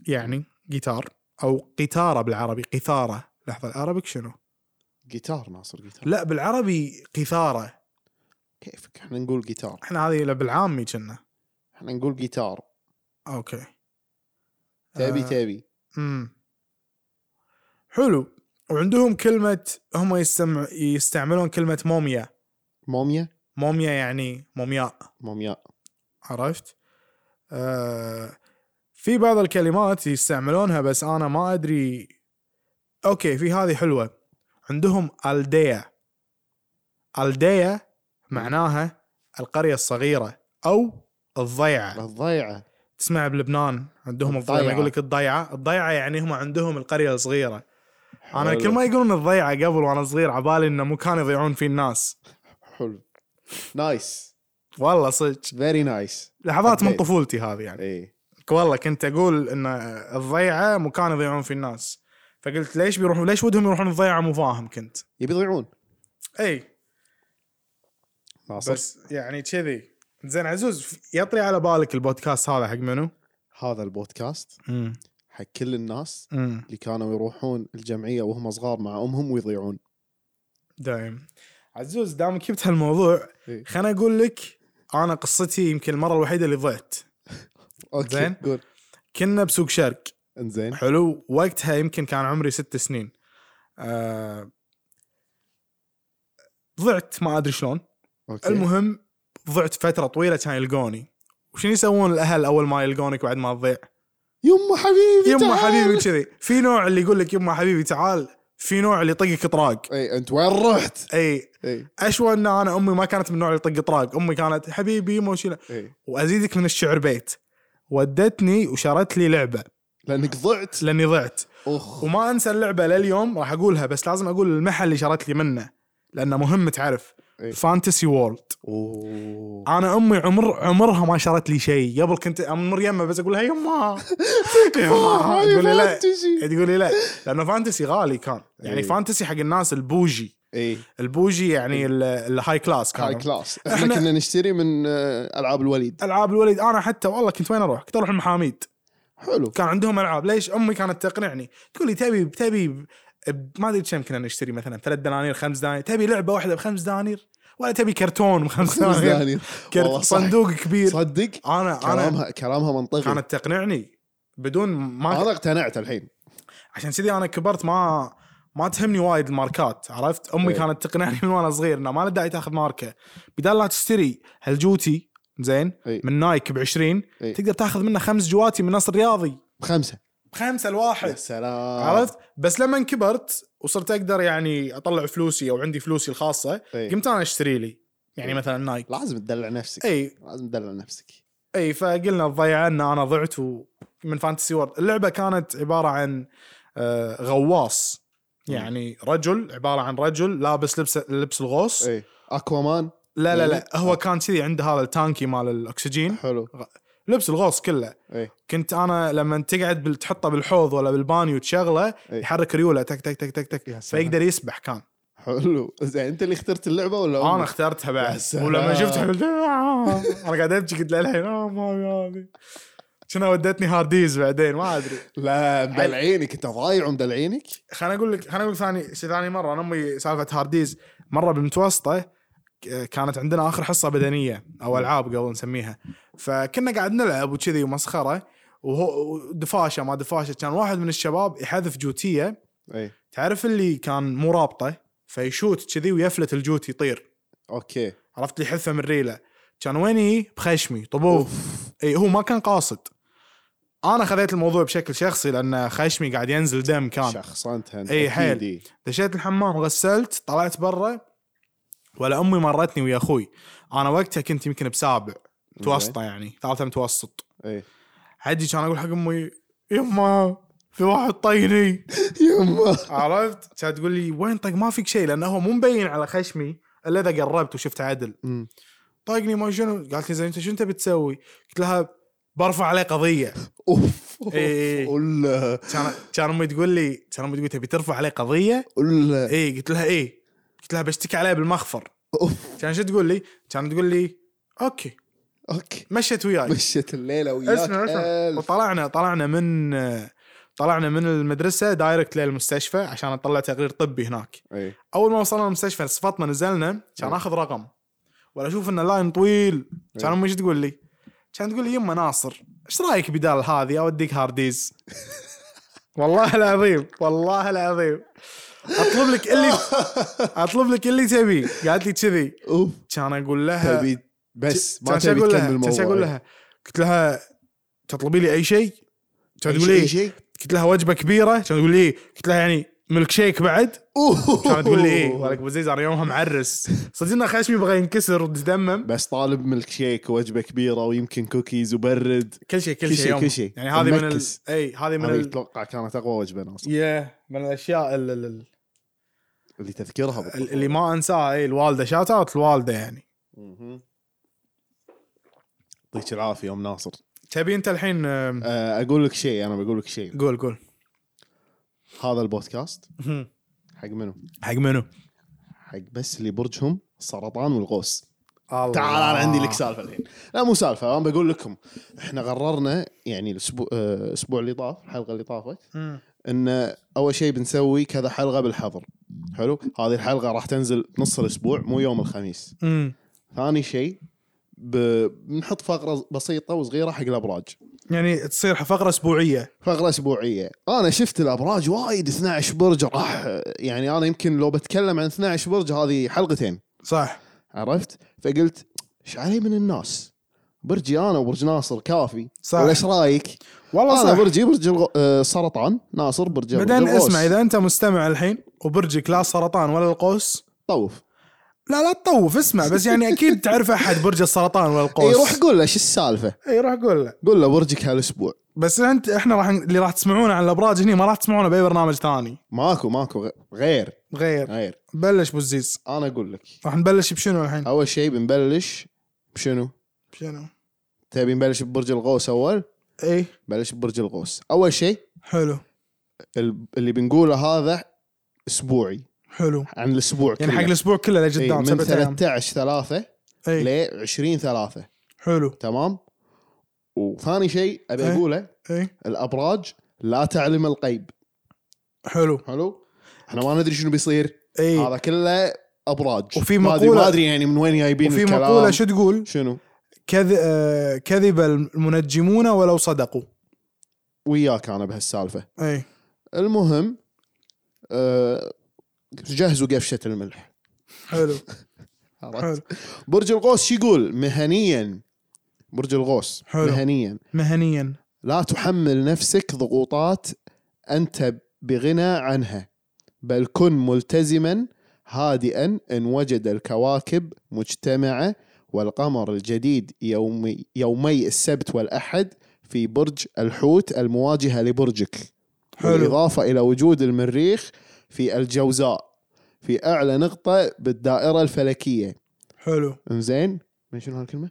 B: يعني جيتار او قيثاره بالعربي قيثاره لحظه العربي شنو؟
A: جيتار ناصر جيتار
B: لا بالعربي قيثاره
A: كيفك احنا نقول جيتار
B: احنا هذه بالعامي كنا
A: احنا نقول جيتار
B: آه. اوكي
A: تبي
B: آه.
A: تبي
B: امم حلو وعندهم كلمة هم يستمع يستعملون كلمة موميا
A: موميا
B: موميا يعني مومياء
A: مومياء
B: عرفت؟ آه في بعض الكلمات يستعملونها بس أنا ما أدري أوكي في هذه حلوة عندهم ألديا ألديا معناها القرية الصغيرة أو الضيعة
A: الضيعه
B: تسمع بلبنان عندهم الضيعه
A: الضيعة.
B: يقول لك الضيعه الضيعه يعني هم عندهم القريه الصغيره انا
A: حلو.
B: كل ما يقولون الضيعه قبل وانا صغير عبالي انه مو كانوا يضيعون فيه الناس
A: حلو نايس
B: والله صدق
A: فيري نايس
B: لحظات من
A: حبيت.
B: طفولتي هذه يعني
A: ايه
B: والله كنت اقول ان الضيعه مكان يضيعون فيه الناس فقلت ليش بيروحون ليش ودهم يروحون الضيعه مو فاهم كنت
A: يبي يضيعون
B: اي
A: ناصر
B: بس يعني كذي زين عزوز ف- يطري على بالك البودكاست هذا حق منو؟
A: هذا البودكاست
B: امم
A: حق كل الناس
B: امم
A: اللي كانوا يروحون الجمعيه وهم صغار مع امهم ويضيعون
B: دايم عزوز دامك جبت هالموضوع
A: إيه.
B: خليني اقول لك انا قصتي يمكن المره الوحيده اللي ضعت
A: اوكي
B: زين.
A: قول
B: كنا بسوق شرق
A: انزين
B: حلو وقتها يمكن كان عمري ست سنين آه ضعت ما ادري شلون
A: اوكي
B: المهم ضعت فتره طويله كان يلقوني وشنو يسوون الاهل اول ما يلقونك بعد ما تضيع
A: يما حبيبي
B: يما
A: تعال.
B: حبيبي كذي في نوع اللي يقول لك يما حبيبي تعال في نوع اللي يطقك طراق
A: اي انت وين رحت؟
B: اي
A: اي
B: اشوى ان انا امي ما كانت من النوع اللي يطق طراق امي كانت حبيبي يما وشيله
A: اي
B: وازيدك من الشعر بيت ودتني وشرت لي لعبه
A: لانك ضعت
B: لاني ضعت
A: اخ
B: وما انسى اللعبه لليوم راح اقولها بس لازم اقول المحل اللي شرت لي منه لانه مهم تعرف
A: إيه.
B: فانتسي وورلد
A: اوه
B: انا امي عمر عمرها ما شرت لي شيء قبل كنت امر يمه بس اقول لها يما يما تقول لي لا تقول لي لا لانه فانتسي غالي كان يعني
A: إيه.
B: فانتسي حق الناس البوجي
A: اي
B: البوجي يعني ال- الهاي كلاس
A: هاي
B: كان
A: كلاس
B: إحنا-
A: احنا كنا نشتري من آه، العاب الوليد
B: العاب الوليد انا حتى والله كنت وين اروح؟ كنت اروح المحاميد
A: حلو
B: كان عندهم العاب ليش امي كانت تقنعني تقول لي تبي تبي ب- ب- ما ادري كم كنا نشتري مثلا ثلاث دنانير خمس دنانير تبي لعبه واحده بخمس دنانير ولا تبي كرتون بخمس دنانير
A: دنانير.
B: كرت-
A: والله صح.
B: صندوق كبير
A: صدق
B: انا انا
A: كلامها كلامها منطقي
B: كانت تقنعني بدون ما
A: انا اقتنعت الحين
B: عشان كذي انا كبرت ما ما تهمني وايد الماركات عرفت امي
A: إيه.
B: كانت تقنعني من وانا صغير انه ما له داعي تاخذ ماركه بدال لا تشتري هالجوتي زين
A: إيه.
B: من نايك ب 20
A: إيه.
B: تقدر تاخذ منه خمس جواتي من نصر رياضي
A: بخمسه
B: بخمسه الواحد
A: يا سلام
B: عرفت بس لما كبرت وصرت اقدر يعني اطلع فلوسي او عندي فلوسي الخاصه
A: إيه.
B: قمت انا اشتري لي يعني
A: إيه.
B: مثلا نايك إيه.
A: لازم تدلع نفسك
B: اي
A: لازم تدلع نفسك
B: اي فقلنا الضيعه ان انا ضعت و- من فانتسي وورد اللعبه كانت عباره عن آه، غواص
A: مم.
B: يعني رجل عباره عن رجل لابس لبس لبس الغوص
A: إيه. اي اكوامان
B: لا لا
A: يعني-
B: لا هو كان كذي عنده هذا التانكي مال الاكسجين
A: حلو
B: لبس الغوص كله
A: اي
B: كنت انا لما تقعد بال- تحطه بالحوض ولا بالبانيو تشغله
A: إي.
B: يحرك ريوله تك تك تك تك
A: يا
B: تك
A: سلام.
B: فيقدر يسبح كان
A: حلو زين انت اللي اخترت اللعبه ولا
B: انا
A: أمي؟
B: اخترتها
A: يا
B: بعد
A: سلام.
B: ولما شفتها قلت آه. انا قاعد ابكي قلت للحين آه ما هذه شنو ودتني هارديز بعدين ما ادري
A: لا مدلعينك انت ضايع ومدلعينك
B: خليني اقول لك خليني اقول لك ثاني شي ثاني مره انا امي سالفه هارديز مره بالمتوسطه ك- كانت عندنا اخر حصه بدنيه او العاب قبل نسميها فكنا قاعد نلعب وكذي ومسخره وهو دفاشه ما دفاشه كان واحد من الشباب يحذف جوتيه
A: اي
B: تعرف اللي كان مو رابطه فيشوت كذي ويفلت الجوت يطير
A: اوكي
B: عرفت لي حثه من ريله كان وين يجي؟ بخشمي طبوف اي هو ما كان قاصد انا خذيت الموضوع بشكل شخصي لان خشمي قاعد ينزل دم كان
A: شخصنتها انت أكيد
B: إي، إيه، حيل.
A: إي.
B: دشيت الحمام غسلت طلعت برا ولا امي مرتني ويا اخوي انا وقتها كنت يمكن بسابع متوسطه يعني ثالثه متوسط
A: اي
B: عدي كان اقول حق امي يما في واحد طيني
A: يما
B: عرفت كانت تقول لي وين طق ما فيك شيء لانه هو مو مبين على خشمي الا اذا قربت وشفت عدل
A: أمم.
B: طاقني ما شنو قالت لي زين انت شو انت بتسوي؟ قلت لها برفع عليه قضيه
A: اوف
B: إيه، إي.
A: قول
B: كان كان امي تقول لي كان امي تقول لي تبي ترفع عليه قضيه؟
A: قول
B: اي قلت لها اي قلت لها بشتكي عليه بالمخفر
A: اوف
B: كان شو تقول لي؟ كان تقول لي اوكي
A: اوكي
B: مشت وياي
A: مشت الليله وياك
B: اسمع اسمع
A: ألف.
B: وطلعنا طلعنا من طلعنا من المدرسه دايركت للمستشفى عشان اطلع تقرير طبي هناك
A: اي
B: اول ما وصلنا المستشفى صفطنا نزلنا كان اخذ رقم ولا اشوف انه لاين طويل كان امي شو تقول لي؟ كان تقول لي يما ناصر ايش رايك بدال هذه اوديك هارديز والله العظيم والله العظيم اطلب لك اللي اطلب لك اللي تبي قالت لي كذي
A: اوف
B: كان اقول لها
A: تبي بس ما
B: كان شي
A: تبي
B: اقول لها
A: تكمل
B: كان شي
A: الموضوع
B: اقول لها قلت لها تطلبي لي اي شيء كانت تقول
A: اي
B: لي
A: شيء
B: قلت لها وجبه كبيره كانت تقول لي قلت لها يعني ملك شيك بعد كانت تقول لي ايه ولك ابو زيزر يومها معرس صدقنا خشمي بغى ينكسر وتدمم
A: بس طالب ملك شيك ووجبه كبيره ويمكن كوكيز وبرد
B: كل شيء
A: كل
B: كل
A: شي-
B: شيء
A: كل
B: يوم
A: شي.
B: يعني هذه من ال...
A: منكس.
B: اي هذه من
A: انا
B: ال...
A: اتوقع كانت اقوى وجبه ناصر
B: يا من الاشياء ال- ال- ال-
A: اللي تذكرها بالضبط.
B: اللي ما إيه، انساها اي الوالده شات اوت الوالده يعني
A: مهم. يعطيك العافيه ام ناصر
B: تبي انت الحين آم،
A: أه، اقول لك شيء انا بقول لك شيء
B: قول قول
A: هذا البودكاست حق منو؟
B: حق منو؟
A: حق بس اللي برجهم السرطان والغوص
B: الله.
A: تعال انا عندي لك سالفه الحين لا مو سالفه انا بقول لكم احنا قررنا يعني الاسبوع آه، الاسبوع اللي طاف الحلقه اللي طافت
B: مم.
A: ان اول شيء بنسوي كذا حلقه بالحظر حلو هذه الحلقه راح تنزل نص الاسبوع مو يوم الخميس
B: مم.
A: ثاني شيء ب... بنحط فقره بسيطه وصغيره حق الابراج
B: يعني تصير فقره اسبوعيه
A: فقره اسبوعيه انا شفت الابراج وايد 12 برج راح يعني انا يمكن لو بتكلم عن 12 برج هذه حلقتين
B: صح
A: عرفت فقلت ايش علي من الناس برجي انا وبرج ناصر كافي
B: صح.
A: ولا ايش رايك
B: والله
A: انا
B: صح
A: برجي برج الغ- آه، السرطان ناصر برج
B: بعدين اسمع اذا انت مستمع الحين وبرجك لا سرطان ولا القوس
A: طوف
B: لا لا تطوف اسمع بس يعني اكيد تعرف احد برج السرطان ولا
A: اي
B: القوس
A: روح قول له شو السالفه
B: اي روح قول له
A: قول له برجك هالاسبوع
B: بس انت احنا راح اللي راح تسمعونه عن الابراج هني ما راح تسمعونه باي برنامج ثاني
A: ماكو ماكو غ- غير
B: غير
A: غير
B: بلش بوزيز
A: انا اقول لك
B: راح نبلش بشنو الحين؟
A: اول شيء بنبلش بشنو
B: بشنو؟
A: تبي نبلش ببرج الغوص اول
B: اي
A: بلش ببرج الغوص اول شيء
B: حلو
A: ال- اللي بنقوله هذا اسبوعي
B: حلو
A: عن الاسبوع
B: يعني
A: كله.
B: حق الاسبوع كله
A: إي،
B: لقدام
A: من
B: سبعة إيه. ايام
A: 13 3
B: اي
A: ل 20 3
B: حلو
A: تمام وثاني شيء ابي
B: إيه.
A: اقوله
B: اي
A: الابراج لا تعلم الغيب
B: حلو
A: حلو احنا ما ندري شنو بيصير
B: اي
A: هذا كله ابراج
B: إيه. وفي
A: ما أدري- ما
B: مقولة-
A: ادري يعني من وين جايبين
B: وفي
A: الكلام
B: مقوله شو تقول؟
A: شنو
B: كذ... آه، كذب المنجمون ولو صدقوا
A: وياك انا بهالسالفه
B: اي
A: المهم أه جهزوا قفشه الملح
B: حلو
A: عرفت؟
B: حلو
A: برج القوس شو يقول مهنيا برج القوس
B: حلو.
A: مهنيا
B: مهنيا
A: لا تحمل نفسك ضغوطات انت بغنى عنها بل كن ملتزما هادئا ان وجد الكواكب مجتمعه والقمر الجديد يومي يومي السبت والاحد في برج الحوت المواجهه لبرجك
B: حلو.
A: بالاضافه الى وجود المريخ في الجوزاء في اعلى نقطه بالدائره الفلكيه
B: حلو
A: انزين من شنو هالكلمه؟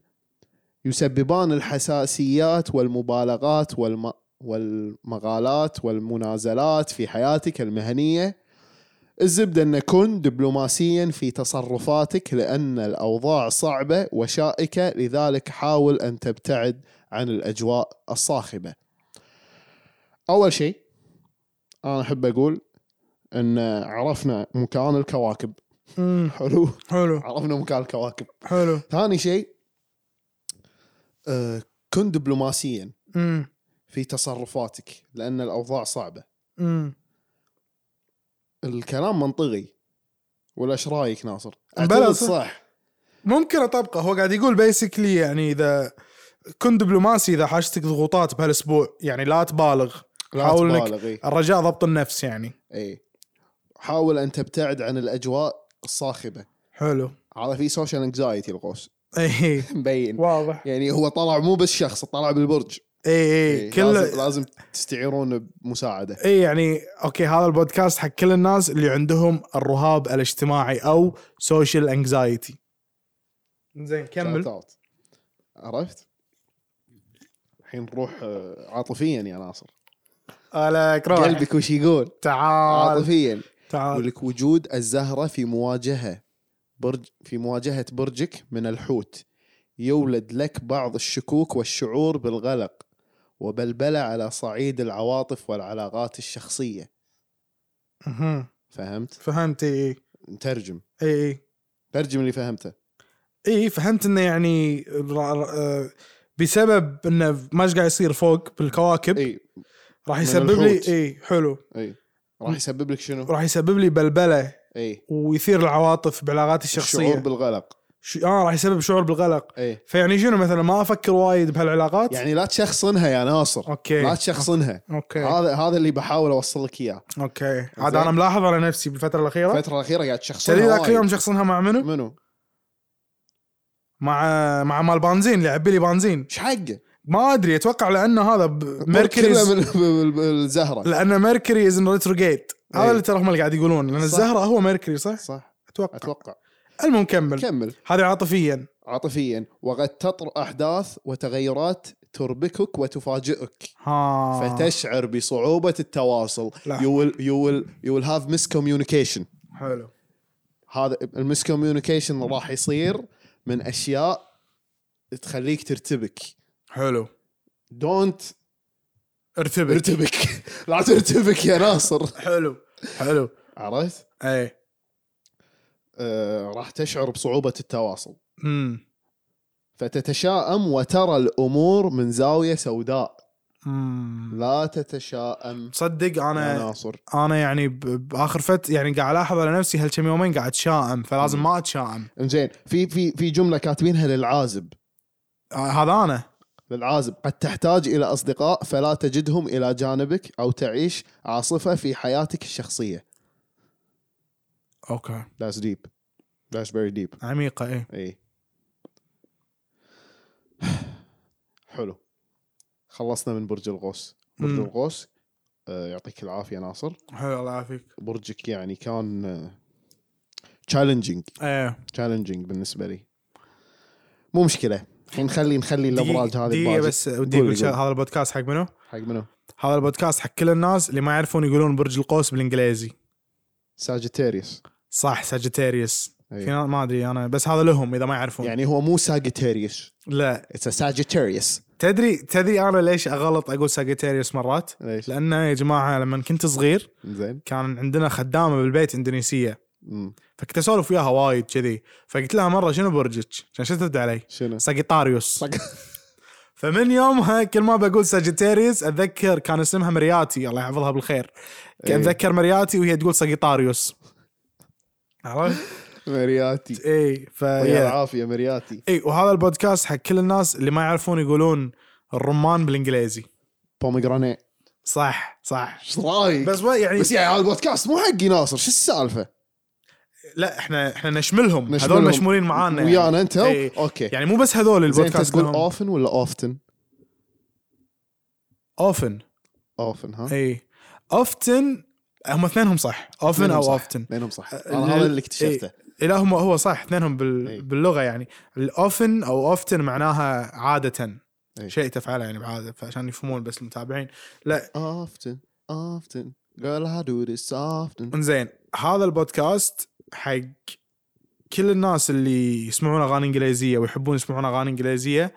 A: يسببان الحساسيات والمبالغات والم... والمغالات والمنازلات في حياتك المهنية الزبدة أن كن دبلوماسيا في تصرفاتك لأن الأوضاع صعبة وشائكة لذلك حاول أن تبتعد عن الأجواء الصاخبة أول شيء أنا أحب أقول أن عرفنا مكان الكواكب
B: مم.
A: حلو
B: حلو
A: عرفنا مكان الكواكب
B: حلو
A: ثاني شيء آه، كن دبلوماسيا
B: مم.
A: في تصرفاتك لأن الأوضاع صعبة
B: مم.
A: الكلام منطقي ولا ايش رايك ناصر؟
B: بلى
A: اعتقد
B: صح.
A: صح
B: ممكن اطبقه هو قاعد يقول بيسكلي يعني اذا كن دبلوماسي اذا حاجتك ضغوطات بهالاسبوع يعني لا تبالغ
A: لا
B: حاول إنك-
A: تبالغ إيه.
B: الرجاء ضبط النفس يعني
A: اي حاول ان تبتعد عن الاجواء الصاخبه
B: حلو
A: على في سوشيال انكزايتي الغوص
B: اي
A: مبين
B: واضح
A: يعني هو طلع مو بس شخص طلع بالبرج
B: اي اي
A: إيه، لازم,
B: كل
A: لازم تستعيرون بمساعده
B: اي يعني اوكي هذا البودكاست حق كل الناس اللي عندهم الرهاب الاجتماعي او سوشيال انكزايتي زين
A: Shout
B: كمل
A: out. عرفت؟ الحين نروح آه، عاطفيا يا ناصر
B: انا اكره
A: قلبك وش يقول؟
B: تعال
A: عاطفيا يقول
B: تعال
A: لك وجود الزهرة في مواجهة برج في مواجهة برجك من الحوت يولد لك بعض الشكوك والشعور بالقلق وبلبلة على صعيد العواطف والعلاقات الشخصية
B: مهم.
A: فهمت؟
B: فهمت إيه، اي
A: نترجم
B: اي اي
A: ترجم اللي فهمته
B: اي إيه، فهمت انه يعني را- را- آه، بسبب انه ما ايش قاعد يصير فوق بالكواكب
A: اي
B: راح
A: إيه، من
B: يسبب لي
A: الحوت.
B: اي حلو
A: اي راح يسبب لك شنو؟
B: راح يسبب لي بلبله
A: اي
B: ويثير العواطف بعلاقاتي
A: الشعور
B: الشخصيه
A: بالقلق
B: ش... اه راح يسبب شعور بالقلق
A: اي
B: فيعني شنو مثلا ما افكر وايد بهالعلاقات
A: يعني لا تشخصنها يا ناصر
B: اوكي
A: لا تشخصنها
B: اوكي
A: هذا هذا اللي بحاول اوصل لك اياه
B: اوكي عاد انا ملاحظ على نفسي بالفتره الاخيره
A: الفتره الاخيره قاعد
B: تدري
A: تشخصنها
B: ذاك اليوم
A: وايد.
B: شخصنها مع منو؟
A: منو؟
B: مع مع مال بنزين اللي عبي لي بنزين
A: ايش حقه؟
B: ما ادري اتوقع لانه هذا ب-
A: ميركوري
B: مركريز
A: الزهره
B: لان ميركوري از ان ريتروجيت
A: إيه.
B: هذا اللي ترى هم اللي قاعد يقولون لان
A: صح.
B: الزهره هو ميركوري صح؟
A: صح
B: اتوقع
A: اتوقع
B: المهم كمل
A: كمل
B: هذا عاطفيا
A: عاطفيا وقد تطر احداث وتغيرات تربكك وتفاجئك
B: ها
A: فتشعر بصعوبه التواصل
B: آه. لا.
A: you will you will you will have miscommunication
B: حلو
A: هذا المسكوميونيكيشن راح يصير من اشياء تخليك ترتبك
B: حلو
A: دونت
B: ارتبك
A: ارتبك لا ترتبك يا ناصر
B: حلو حلو إيه.
A: عرفت
B: اي
A: آه، راح تشعر بصعوبة التواصل
B: امم
A: فتتشائم وترى الأمور من زاوية سوداء
B: أمم.
A: لا تتشائم
B: تصدق
A: يا
B: انا
A: ناصر
B: انا يعني ب- باخر فت يعني قاعد الاحظ على نفسي هالكم يومين قاعد اتشائم فلازم ما اتشائم
A: انزين في في في جملة كاتبينها للعازب
B: آه، هذا انا
A: للعازب قد تحتاج إلى أصدقاء فلا تجدهم إلى جانبك أو تعيش عاصفة في حياتك الشخصية
B: اوكي
A: That's deep That's very deep إيه.
B: عميقه اي
A: اي حلو خلصنا من برج القوس برج
B: مم.
A: القوس آه، يعطيك العافيه ناصر
B: حلو الله يعافيك
A: برجك يعني كان تشالنجينج
B: ايه
A: تشالنجينج بالنسبه لي مو مشكله الحين خلي نخلي الابراج
B: دقيقة-
A: هذه
B: دقيقة
A: الباجة.
B: بس ودي
A: قول-
B: اقول شغلة،
A: قول.
B: هذا البودكاست حق منو؟
A: حق منو
B: هذا البودكاست حق كل الناس اللي ما يعرفون يقولون برج القوس بالانجليزي
A: ساجيتيريوس
B: صح ساجيتاريوس
A: أي.
B: في ناس ما ادري انا بس هذا لهم اذا ما يعرفون يعني
A: يعني هو مو ساجيتيريوس
B: لا
A: اتس ساجيتيريوس
B: تدري تدري انا ليش اغلط اقول ساجيتاريوس مرات؟
A: ليش
B: لان يا جماعه لما كنت صغير
A: زين
B: كان عندنا خدامه بالبيت اندونيسيه
A: مم.
B: فكنت اسولف وياها وايد كذي فقلت لها مره شنو برجك؟ عشان شو ترد علي؟
A: شنو
B: ساجيتاريوس
A: صق-
B: فمن يومها كل ما بقول ساجيتاريوس اتذكر كان اسمها مرياتي الله يحفظها بالخير
A: إيه.
B: اتذكر مرياتي وهي تقول ساجيتاريوس عرفت؟
A: مرياتي
B: اي إيه، ف
A: يا
B: yeah.
A: العافيه مرياتي
B: اي وهذا البودكاست حق كل الناس اللي ما يعرفون يقولون الرمان بالانجليزي
A: بومجرانيت
B: صح صح
A: ايش رايك
B: بس ما يعني
A: بس يعني هذا البودكاست مو حقي ناصر شو السالفه؟
B: لا احنا احنا نشملهم
A: نشملهم.
B: هذول مشمولين معانا يعني.
A: ويانا انت
B: إي.
A: اوكي
B: يعني مو بس هذول
A: زين انت
B: البودكاست
A: تقول
B: كلهم
A: اوفن ولا اوفتن؟
B: اوفن
A: اوفن ها؟
B: اي اوفتن إيه. هم اثنينهم صح اوفن
A: اثنينهم
B: او
A: صح.
B: اوفتن
A: اثنينهم صح
B: ال-
A: انا هذا اللي اكتشفته
B: لا هم هو صح اثنينهم
A: إي.
B: بال... باللغه يعني الاوفن او اوفتن معناها عاده
A: إي.
B: شيء تفعله يعني بعاده فعشان يفهمون بس المتابعين لا
A: إيه. often often girl I do this often
B: انزين هذا البودكاست حق كل الناس اللي يسمعون اغاني انجليزيه ويحبون يسمعون اغاني انجليزيه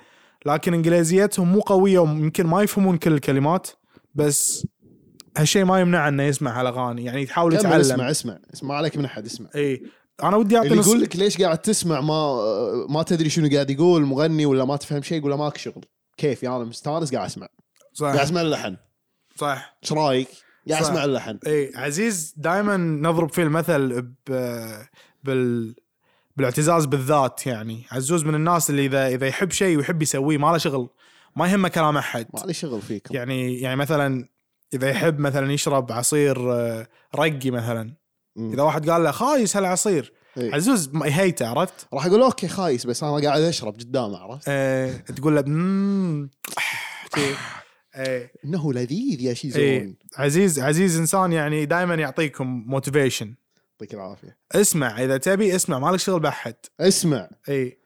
B: لكن انجليزيتهم مو قويه ويمكن ما يفهمون كل الكلمات بس هالشيء ما يمنع انه يسمع هالاغاني يعني يحاول
A: كمل
B: يتعلم
A: اسمع اسمع اسمع ما عليك من احد اسمع
B: اي انا ودي اعطي
A: اللي
B: نص...
A: يقول لك ليش قاعد تسمع ما آه، ما تدري شنو قاعد يقول مغني ولا ما تفهم شيء يقول له ماك شغل كيف انا مستانس قاعد اسمع قاعد
B: صح
A: اسمع اللحن
B: صح
A: ايش رايك؟ قاعد
B: صح.
A: اسمع اللحن
B: اي إيه، عزيز دائما نضرب فيه المثل ب- بال بالاعتزاز بالذات يعني عزوز من الناس اللي اذا اذا يحب شيء ويحب يسويه ما له شغل ما يهمه كلام احد
A: ما لي شغل فيكم
B: يعني يعني مثلا اذا يحب مثلا يشرب عصير آه، رقي مثلا
A: مم. إيه.
B: اذا واحد قال له خايس هالعصير
A: إي.
B: عزوز ما يهيته عرفت؟
A: راح اقول اوكي خايس بس انا قاعد اشرب قدامه عرفت؟
B: آه تقول له مم، إيه. إي.
A: انه لذيذ يا شي زون
B: إي. عزيز عزيز انسان يعني دائما يعطيكم موتيفيشن
A: يعطيك العافيه
B: اسمع اذا تبي اسمع مالك شغل باحد
A: اسمع
B: اي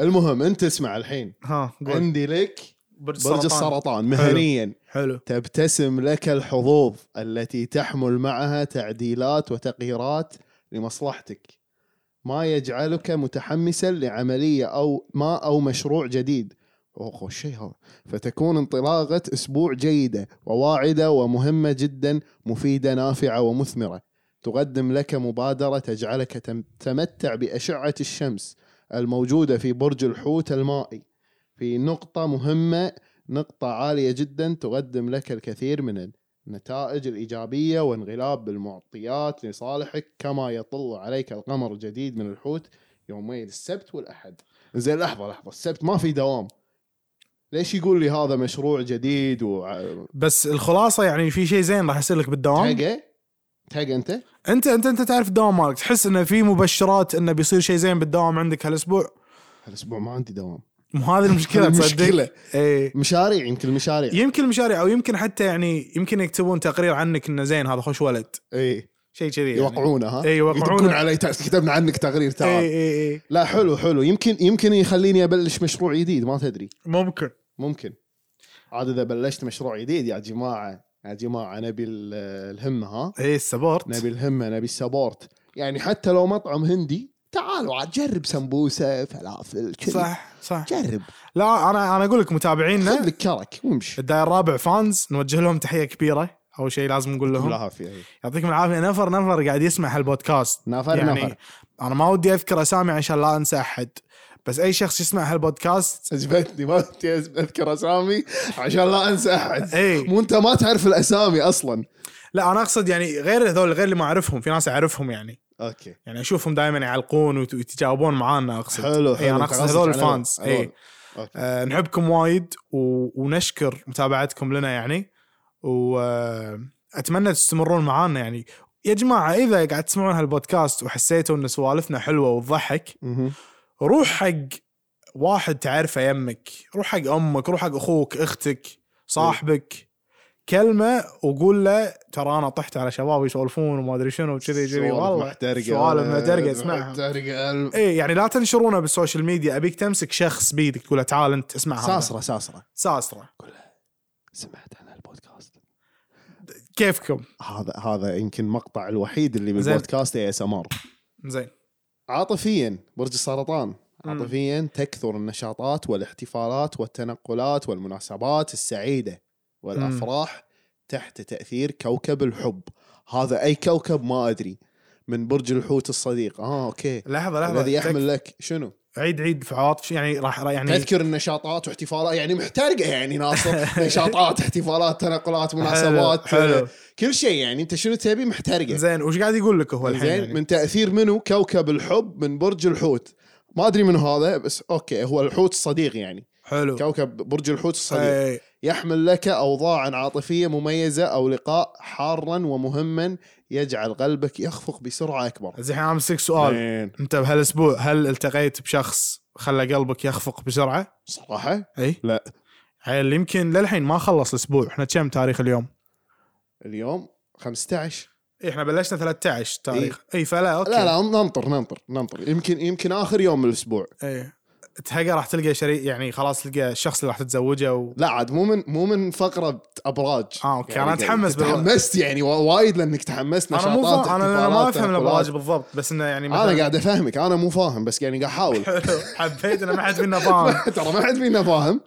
A: المهم انت اسمع الحين
B: ها قول
A: عندي لك
B: برج
A: برج السرطان مهنيا
B: حلو
A: تبتسم لك الحظوظ التي تحمل معها تعديلات وتغييرات لمصلحتك ما يجعلك متحمسا لعملية أو ما أو مشروع جديد أوه شيء هذا فتكون انطلاقة أسبوع جيدة وواعدة ومهمة جدا مفيدة نافعة ومثمرة تقدم لك مبادرة تجعلك تتمتع بأشعة الشمس الموجودة في برج الحوت المائي في نقطة مهمة نقطة عالية جدا تقدم لك الكثير من النتائج الإيجابية وانغلاب بالمعطيات لصالحك كما يطل عليك القمر الجديد من الحوت يومي السبت والأحد زين لحظة لحظة السبت ما في دوام ليش يقول لي هذا مشروع جديد و
B: بس الخلاصه يعني في شيء زين راح يصير لك بالدوام
A: تهقى تهقى أنت
B: انت انت انت تعرف الدوام مالك تحس انه في مبشرات انه بيصير شيء زين بالدوام عندك هالاسبوع
A: هالأسبوع ما عندي دوام
B: مو هذه المشكله
A: المشكلة.
B: تصدق اي
A: مشاريع يمكن المشاريع
B: يمكن المشاريع او يمكن حتى يعني يمكن يكتبون تقرير عنك انه زين هذا خوش ولد
A: اي
B: شيء كذي يعني.
A: إيه، يوقعونه ها
B: إي، يوقعونه. إيه.
A: يدقون علي تأس- كتبنا عنك تقرير
B: اي
A: تعال
B: اي اي
A: لا حلو حلو يمكن يمكن يخليني ابلش مشروع جديد ما تدري
B: ممكن
A: ممكن عاد اذا بلشت مشروع جديد يا جماعه يا جماعه نبي ال- الهمه ها
B: اي السبورت
A: نبي الهمه نبي السبورت يعني حتى لو مطعم هندي تعالوا عاد جرب سمبوسه فلافل كذي.
B: صح صح
A: جرب
B: لا انا انا اقول لك متابعينا
A: خذ لك كرك وامشي
B: الداير الرابع فانز نوجه لهم تحيه كبيره اول شيء لازم نقول لهم
A: بالعافيه
B: يعطيكم العافيه نفر نفر قاعد يسمع هالبودكاست
A: نافر
B: يعني
A: يعني
B: انا ما ودي اذكر اسامي عشان لا انسى احد بس اي شخص يسمع هالبودكاست
A: عجبتني ما بدي اذكر اسامي عشان لا انسى احد
B: اي
A: مو انت ما تعرف الاسامي اصلا
B: إيه. لا انا اقصد يعني غير هذول غير اللي ما اعرفهم في ناس اعرفهم يعني
A: اوكي
B: يعني اشوفهم دائما يعلقون ويت- ويتجاوبون معانا اقصد
A: حلو حلو
B: اي انا
A: أنت
B: اقصد
A: قصدك
B: إيه، هذول
A: عليهم.
B: الفانز اي
A: هذول. أوكي.
B: آه نحبكم وايد و... ونشكر متابعتكم لنا يعني واتمنى تستمرون معانا يعني يا جماعه اذا قاعد تسمعون هالبودكاست وحسيتوا ان سوالفنا حلوه وتضحك
A: مهم.
B: روح حق واحد تعرفه يمك روح حق امك روح حق اخوك اختك صاحبك كلمه وقول له ترى انا طحت على شباب يسولفون وما ادري شنو وكذي كذي
A: سوالف
B: والله
A: محترقة.
B: سوالف محترقه اسمعها
A: محترقة ألف.
B: اي يعني لا تنشرونه بالسوشيال ميديا ابيك تمسك شخص بيدك تقول له تعال انت اسمع هذا
A: ساسرة ساسرة
B: ساسره
A: سمعت عن البودكاست
B: كيفكم
A: هذا هذا يمكن المقطع الوحيد اللي
B: زين.
A: بالبودكاست يا اس ام ار
B: زين
A: عاطفيا برج السرطان
B: مم.
A: عاطفيا تكثر النشاطات والاحتفالات والتنقلات والمناسبات السعيده والافراح تحت تاثير كوكب الحب هذا اي كوكب ما ادري من برج الحوت الصديق اه اوكي
B: لحظه لحظه
A: الذي يحمل لك شنو
B: عيد عيد في عواطف يعني راح راح- يعني
A: تذكر النشاطات واحتفالات يعني محترقه يعني ناصر نشاطات احتفالات تنقلات مناسبات آه،
B: حلو, حلو.
A: كل شيء يعني انت شنو تبي محترقه
B: زين وش قاعد يقول لك هو الحين
A: زين
B: يعني؟
A: من تاثير منو كوكب الحب من برج الحوت ما ادري من هذا بس اوكي هو الحوت الصديق يعني
B: حلو إيه.
A: كوكب برج الحوت الصديق
B: إي.
A: يحمل لك اوضاعا عاطفيه مميزه او لقاء حارا ومهما يجعل قلبك يخفق بسرعه اكبر
B: زين انا امسك سؤال
A: زين.
B: انت بهالاسبوع هل التقيت بشخص خلى قلبك يخفق بسرعه؟
A: صراحه
B: اي
A: لا
B: عيل يمكن للحين ما خلص اسبوع احنا كم تاريخ اليوم؟
A: اليوم 15
B: احنا بلشنا 13 تاريخ اي فلا اوكي
A: لا لا ننطر ننطر ننطر يمكن يمكن اخر يوم من الاسبوع
B: اي تهقى راح تلقى شريك يعني خلاص تلقى الشخص اللي راح تتزوجه و...
A: لا عاد مو من مو من فقره ابراج
B: اه اوكي
A: يعني
B: انا اتحمس
A: بال...
B: بال...
A: تحمست يعني وا- وايد لانك تحمست
B: انا مو
A: نشاطات
B: فاهم انا انا ما
A: احتفالات،
B: افهم
A: تنقلات.
B: الابراج بالضبط بس انه يعني مثلا
A: انا قاعد افهمك انا مو فاهم بس يعني قاعد احاول
B: حبيت انه ما حد منا فاهم
A: ترى ما حد فينا فاهم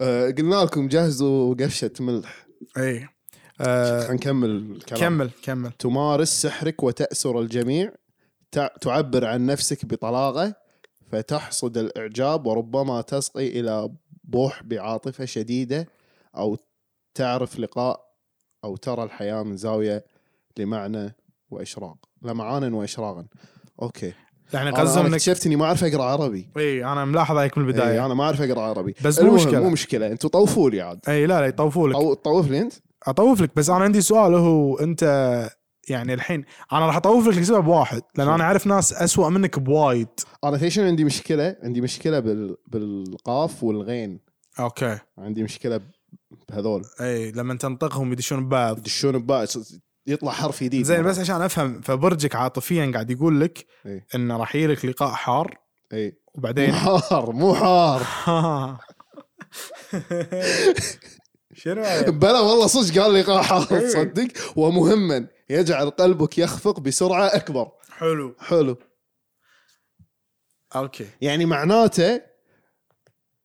A: آه، قلنا لكم جهزوا قفشه ملح
B: اي آه،
A: خلينا نكمل الكلام
B: كمل كمل
A: تمارس سحرك وتأسر الجميع تع- تعبر عن نفسك بطلاقة فتحصد الإعجاب وربما تسقي إلى بوح بعاطفة شديدة أو تعرف لقاء أو ترى الحياة من زاوية لمعنى وإشراق لمعانا وإشراقا أوكي
B: يعني
A: أنا- أنا
B: قزم انك
A: اكتشفت إني ما أعرف أقرأ عربي
B: اي انا ملاحظ عليك من
A: إيه
B: البدايه
A: أنا ما أعرف أقرأ عربي
B: بس مو
A: المهم،
B: مشكلة.
A: مو مشكلة أنتوا طوفوا لي عاد
B: اي إيه، لا لا يطوفوا لك
A: أو طوف لي أنت
B: اطوف لك بس انا عندي سؤال هو انت يعني الحين انا راح اطوف لك لسبب واحد لان
A: شو؟
B: انا اعرف ناس أسوأ منك بوايد
A: أنا تدري شنو عندي مشكلة عندي مشكلة بال... بالقاف والغين
B: اوكي
A: عندي مشكله ب- بهذول
B: اي إيه، لما تنطقهم يدشون ببعض
A: يدشون بباء ص- يطلع حرف جديد
B: زين بس عشان افهم فبرجك عاطفيا قاعد يقول لك
A: إيه.
B: انه راح يجيلك لقاء حار
A: اي مو
B: وبعدين
A: حار إيه. مو حار
B: شنو عليك؟
A: بلا والله صدق قال لقاء حار
B: إي.
A: تصدق ومهما يجعل قلبك يخفق بسرعه اكبر
B: حلو
A: حلو
B: اوكي
A: يعني معناته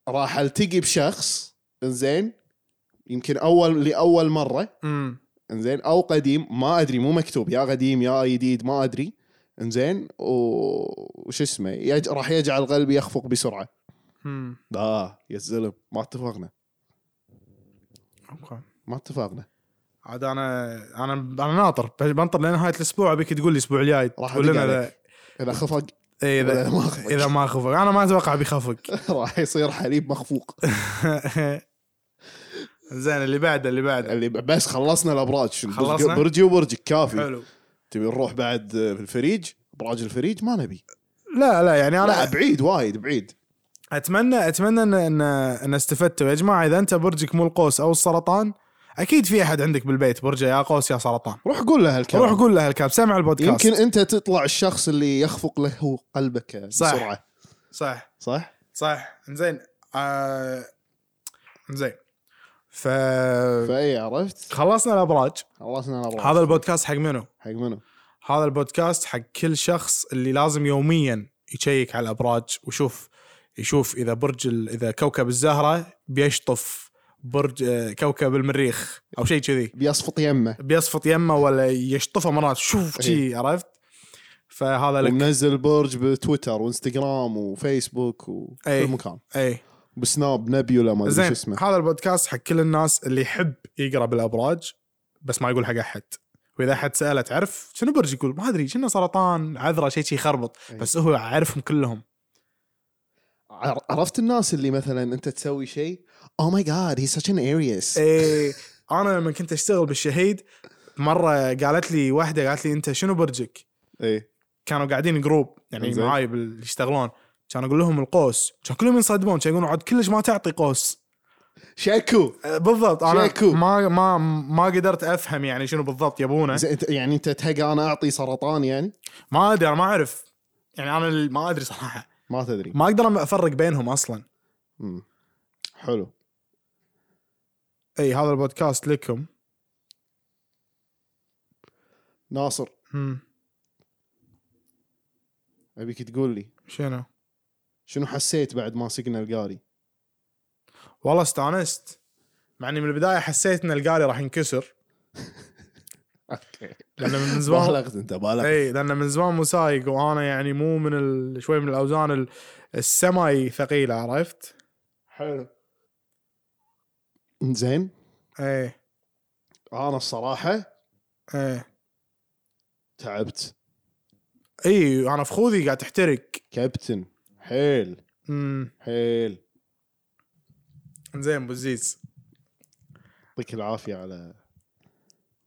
A: راح التقي بشخص انزين يمكن اول لاول مره
B: امم
A: انزين او قديم ما ادري مو مكتوب يا قديم يا جديد ما ادري انزين و- وش اسمه يج... راح يجعل قلبي يخفق بسرعه
B: امم
A: لا يا الزلم ما اتفقنا
B: اوكي
A: ما اتفقنا
B: عاد انا انا انا ناطر بنطر لنهايه الاسبوع ابيك تقول لي الاسبوع الجاي
A: راح
B: تقول لنا
A: أدق
B: اذا
A: اذا خفق
B: إيه،
A: ولا
B: اذا
A: ما خفق
B: اذا ما خفق انا ما اتوقع بيخفق
A: راح يصير حليب مخفوق
B: زين اللي بعده اللي بعده
A: اللي بس خلصنا الابراج شنو؟
B: خلصنا؟
A: برجي وبرجك كافي
B: حلو
A: تبي نروح بعد آه، في الفريج ابراج الفريج ما نبي
B: لا لا يعني
A: لا
B: انا
A: بعيد وايد بعيد
B: اتمنى اتمنى ان ان, إن استفدتوا يا جماعه اذا انت برجك مو القوس او السرطان اكيد في احد عندك بالبيت برجه يا قوس يا سرطان
A: روح قول له هالكلام
B: روح قول له الكاب سمع البودكاست
A: يمكن انت تطلع الشخص اللي يخفق له قلبك
B: صح.
A: بسرعه
B: صح
A: صح؟
B: صح زين آه زين ف
A: فاي عرفت؟
B: خلصنا الابراج
A: خلصنا الابراج
B: هذا البودكاست حق منو؟
A: حق منو؟
B: هذا البودكاست حق كل شخص اللي لازم يوميا يشيك على الابراج ويشوف يشوف اذا برج ال- اذا كوكب الزهره بيشطف برج آه، كوكب المريخ او شيء كذي
A: بيصفط يمه
B: بيصفط يمه ولا يشطفه مرات شوف شي عرفت فهذا لك
A: ومنزل برج بتويتر وانستغرام وفيسبوك وكل
B: أي.
A: مكان
B: اي
A: بسناب نبيولا ما ادري
B: زين
A: شو اسمه
B: هذا البودكاست حق كل الناس اللي يحب يقرا بالابراج بس ما يقول حق احد واذا احد ساله تعرف شنو برج يقول ما ادري شنو سرطان عذره شيء شي يخربط
A: أي.
B: بس هو عارفهم كلهم
A: عر- عرفت الناس اللي مثلا انت تسوي شيء Oh او ماي جاد هي such ان اريس
B: إيه انا لما كنت اشتغل بالشهيد مره قالت لي واحده قالت لي انت شنو برجك؟
A: اي
B: كانوا قاعدين جروب يعني
A: زين.
B: معاي بال- اللي يشتغلون كان اقول لهم القوس كان كلهم ينصدمون كان يقولون عاد كلش ما تعطي قوس
A: شاكو
B: أه، بالضبط انا
A: شيكو.
B: ما ما ما قدرت افهم يعني شنو بالضبط يبونه
A: زين انت- يعني انت تهقى انا اعطي سرطان يعني
B: ما ادري انا ما اعرف يعني انا ال- ما ادري صراحه
A: ما تدري
B: ما اقدر افرق بينهم اصلا
A: مم. حلو
B: اي هذا البودكاست لكم
A: ناصر
B: هم،
A: ابيك تقول لي
B: شنو
A: شنو حسيت بعد ما سقنا القاري
B: والله استانست مع اني من البدايه حسيت ان القاري راح ينكسر
A: اوكي
B: لان من زمان
A: بالغت انت بالغت
B: اي لان من زمان مو سايق وانا يعني مو من ال... شوي من الاوزان ال... السماي ثقيله عرفت؟
A: حلو زين
B: اي
A: انا الصراحه
B: اي
A: تعبت
B: اي انا فخوذي قاعد تحترق
A: كابتن حيل
B: امم
A: حيل
B: زين ابو زيز
A: يعطيك العافيه على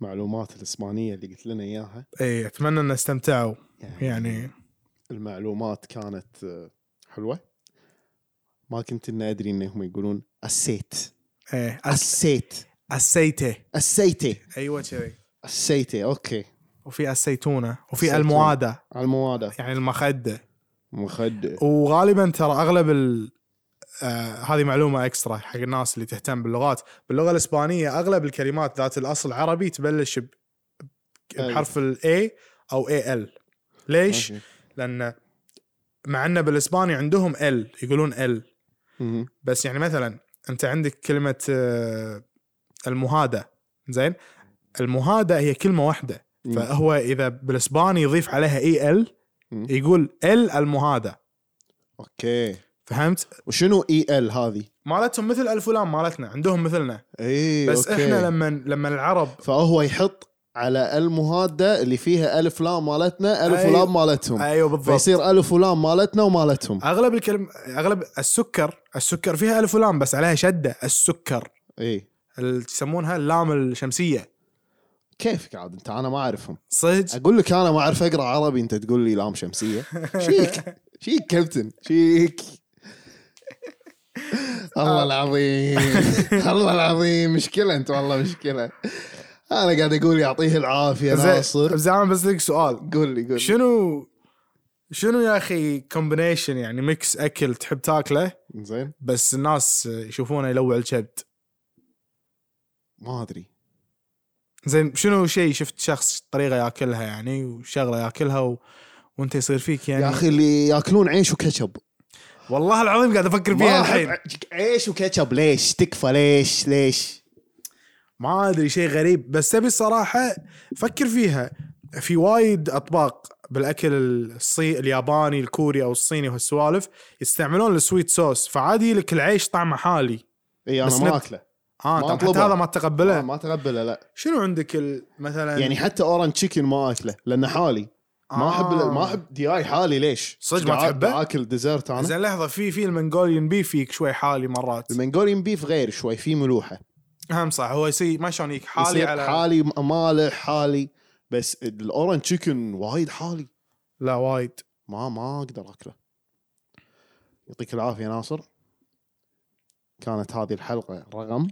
A: معلومات الاسبانيه اللي قلت لنا اياها
B: اي اتمنى ان استمتعوا يعني
A: المعلومات كانت آه، حلوه ما كنت اني ادري انهم يقولون السيت
B: اي
A: السيت
B: السيته
A: السيتي
B: ايوه كذي
A: السيتي اوكي
B: وفي الزيتونه وفي
A: الزيتون.
B: المواده
A: على المواد
B: يعني المخده
A: مخدة
B: وغالبا ترى اغلب ال آه هذه معلومه اكسترا حق الناس اللي تهتم باللغات باللغه الاسبانيه اغلب الكلمات ذات الاصل عربي تبلش ب-
A: أيوة.
B: بحرف الاي او اي ال ليش؟
A: ماشي.
B: لان مع ان بالاسباني عندهم ال يقولون ال
A: مهم.
B: بس يعني مثلا انت عندك كلمه آه، المهاده زين المهاده هي كلمه واحده
A: مم.
B: فهو اذا بالاسباني يضيف عليها اي ال
A: مم.
B: يقول ال المهاده
A: اوكي
B: فهمت؟
A: وشنو اي ال هذه؟
B: مالتهم مثل الفلان مالتنا عندهم مثلنا
A: اي
B: بس
A: إيه، أوكي.
B: احنا لما لما العرب
A: فهو يحط على المهاده اللي فيها الف لام مالتنا الف
B: أيوة.
A: ولام مالتهم
B: ايوه بالضبط
A: فيصير الف ولام مالتنا ومالتهم
B: اغلب الكلم اغلب السكر السكر فيها الف ولام بس عليها شده السكر
A: اي
B: اللي يسمونها اللام الشمسيه
A: كيفك عاد انت انا ما اعرفهم
B: صدق
A: اقول لك انا ما اعرف اقرا عربي انت تقول لي لام شمسيه شيك شيك كابتن شيك الله العظيم الله العظيم مشكله انت والله مشكله انا قاعد اقول يعطيه العافيه ناصر
B: زين بس لك سؤال
A: قول لي قول لي.
B: شنو شنو يا اخي كومبينيشن يعني ميكس اكل تحب تاكله
A: زين
B: بس الناس يشوفونه يلوع الكبد
A: ما ادري
B: زين شنو شيء شفت شخص طريقه ياكلها يعني وشغله ياكلها و... وانت يصير فيك يعني
A: يا اخي اللي ياكلون عيش وكاتشب
B: والله العظيم قاعد افكر فيها
A: ما أحب
B: الحين
A: عيش وكاتشب ليش تكفى ليش ليش
B: ما ادري شيء غريب بس تبي الصراحه فكر فيها في وايد اطباق بالاكل الصي الياباني الكوري او الصيني وهالسوالف يستعملون السويت صوص فعادي لك العيش طعمه حالي
A: اي انا
B: بس
A: ما
B: نت-
A: اكله
B: اه
A: ما
B: طبعا حتى
A: أطلبه.
B: هذا ما
A: لا
B: تقبله
A: ما تقبله لا
B: شنو عندك ال- مثلا
A: يعني حتى اورنج تشيكن ما اكله لانه حالي ما احب
B: آه.
A: ما احب دياي حالي ليش
B: صدق ما
A: دا-
B: تحبه؟
A: دا اكل ديزرت انا
B: زين لحظه في في المنغوليان بيف فيك شوي حالي مرات
A: المنغوليان بيف غير شوي في ملوحه
B: هم صح هو يصير ما شلون يجيك حالي
A: يصير
B: على
A: حالي م- مالح حالي بس الاورنج تشيكن وايد حالي
B: لا وايد
A: ما ما اقدر اكله يعطيك العافيه ناصر كانت هذه الحلقه رقم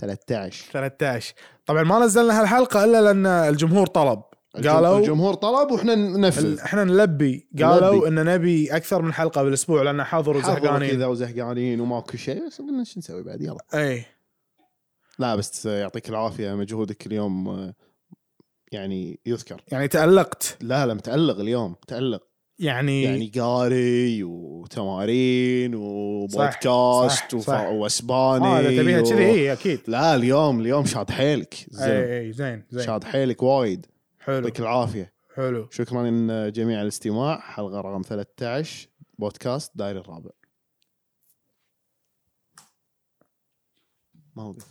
A: 13
B: 13 طبعا ما نزلنا هالحلقه الا لان الجمهور طلب
A: الجم-
B: قالوا-
A: الجمهور طلب واحنا ننفذ
B: ال- احنا نلبي قالوا ان نبي اكثر من حلقه بالاسبوع لان حاضر
A: حضروا
B: وزهقانين
A: كذا وزهقانين وماكو شيء بس قلنا شو نسوي بعد يلا
B: اي
A: لا بس يعطيك العافيه مجهودك اليوم آه، يعني يذكر
B: يعني تالقت
A: لا لا متألق اليوم متألق
B: يعني,
A: يعني قاري وتمارين
B: صح،
A: وبودكاست وف-
B: صح.
A: واسباني
B: اه اذا تبيها
A: و-
B: كذي اي اكيد
A: لا اليوم اليوم شاد حيلك زين
B: اي اي زين زين
A: شاد حيلك وايد
B: حلو
A: يعطيك العافيه
B: حلو
A: شكرا لجميع الاستماع حلقه رقم 13 بودكاست داير الرابع ما وقف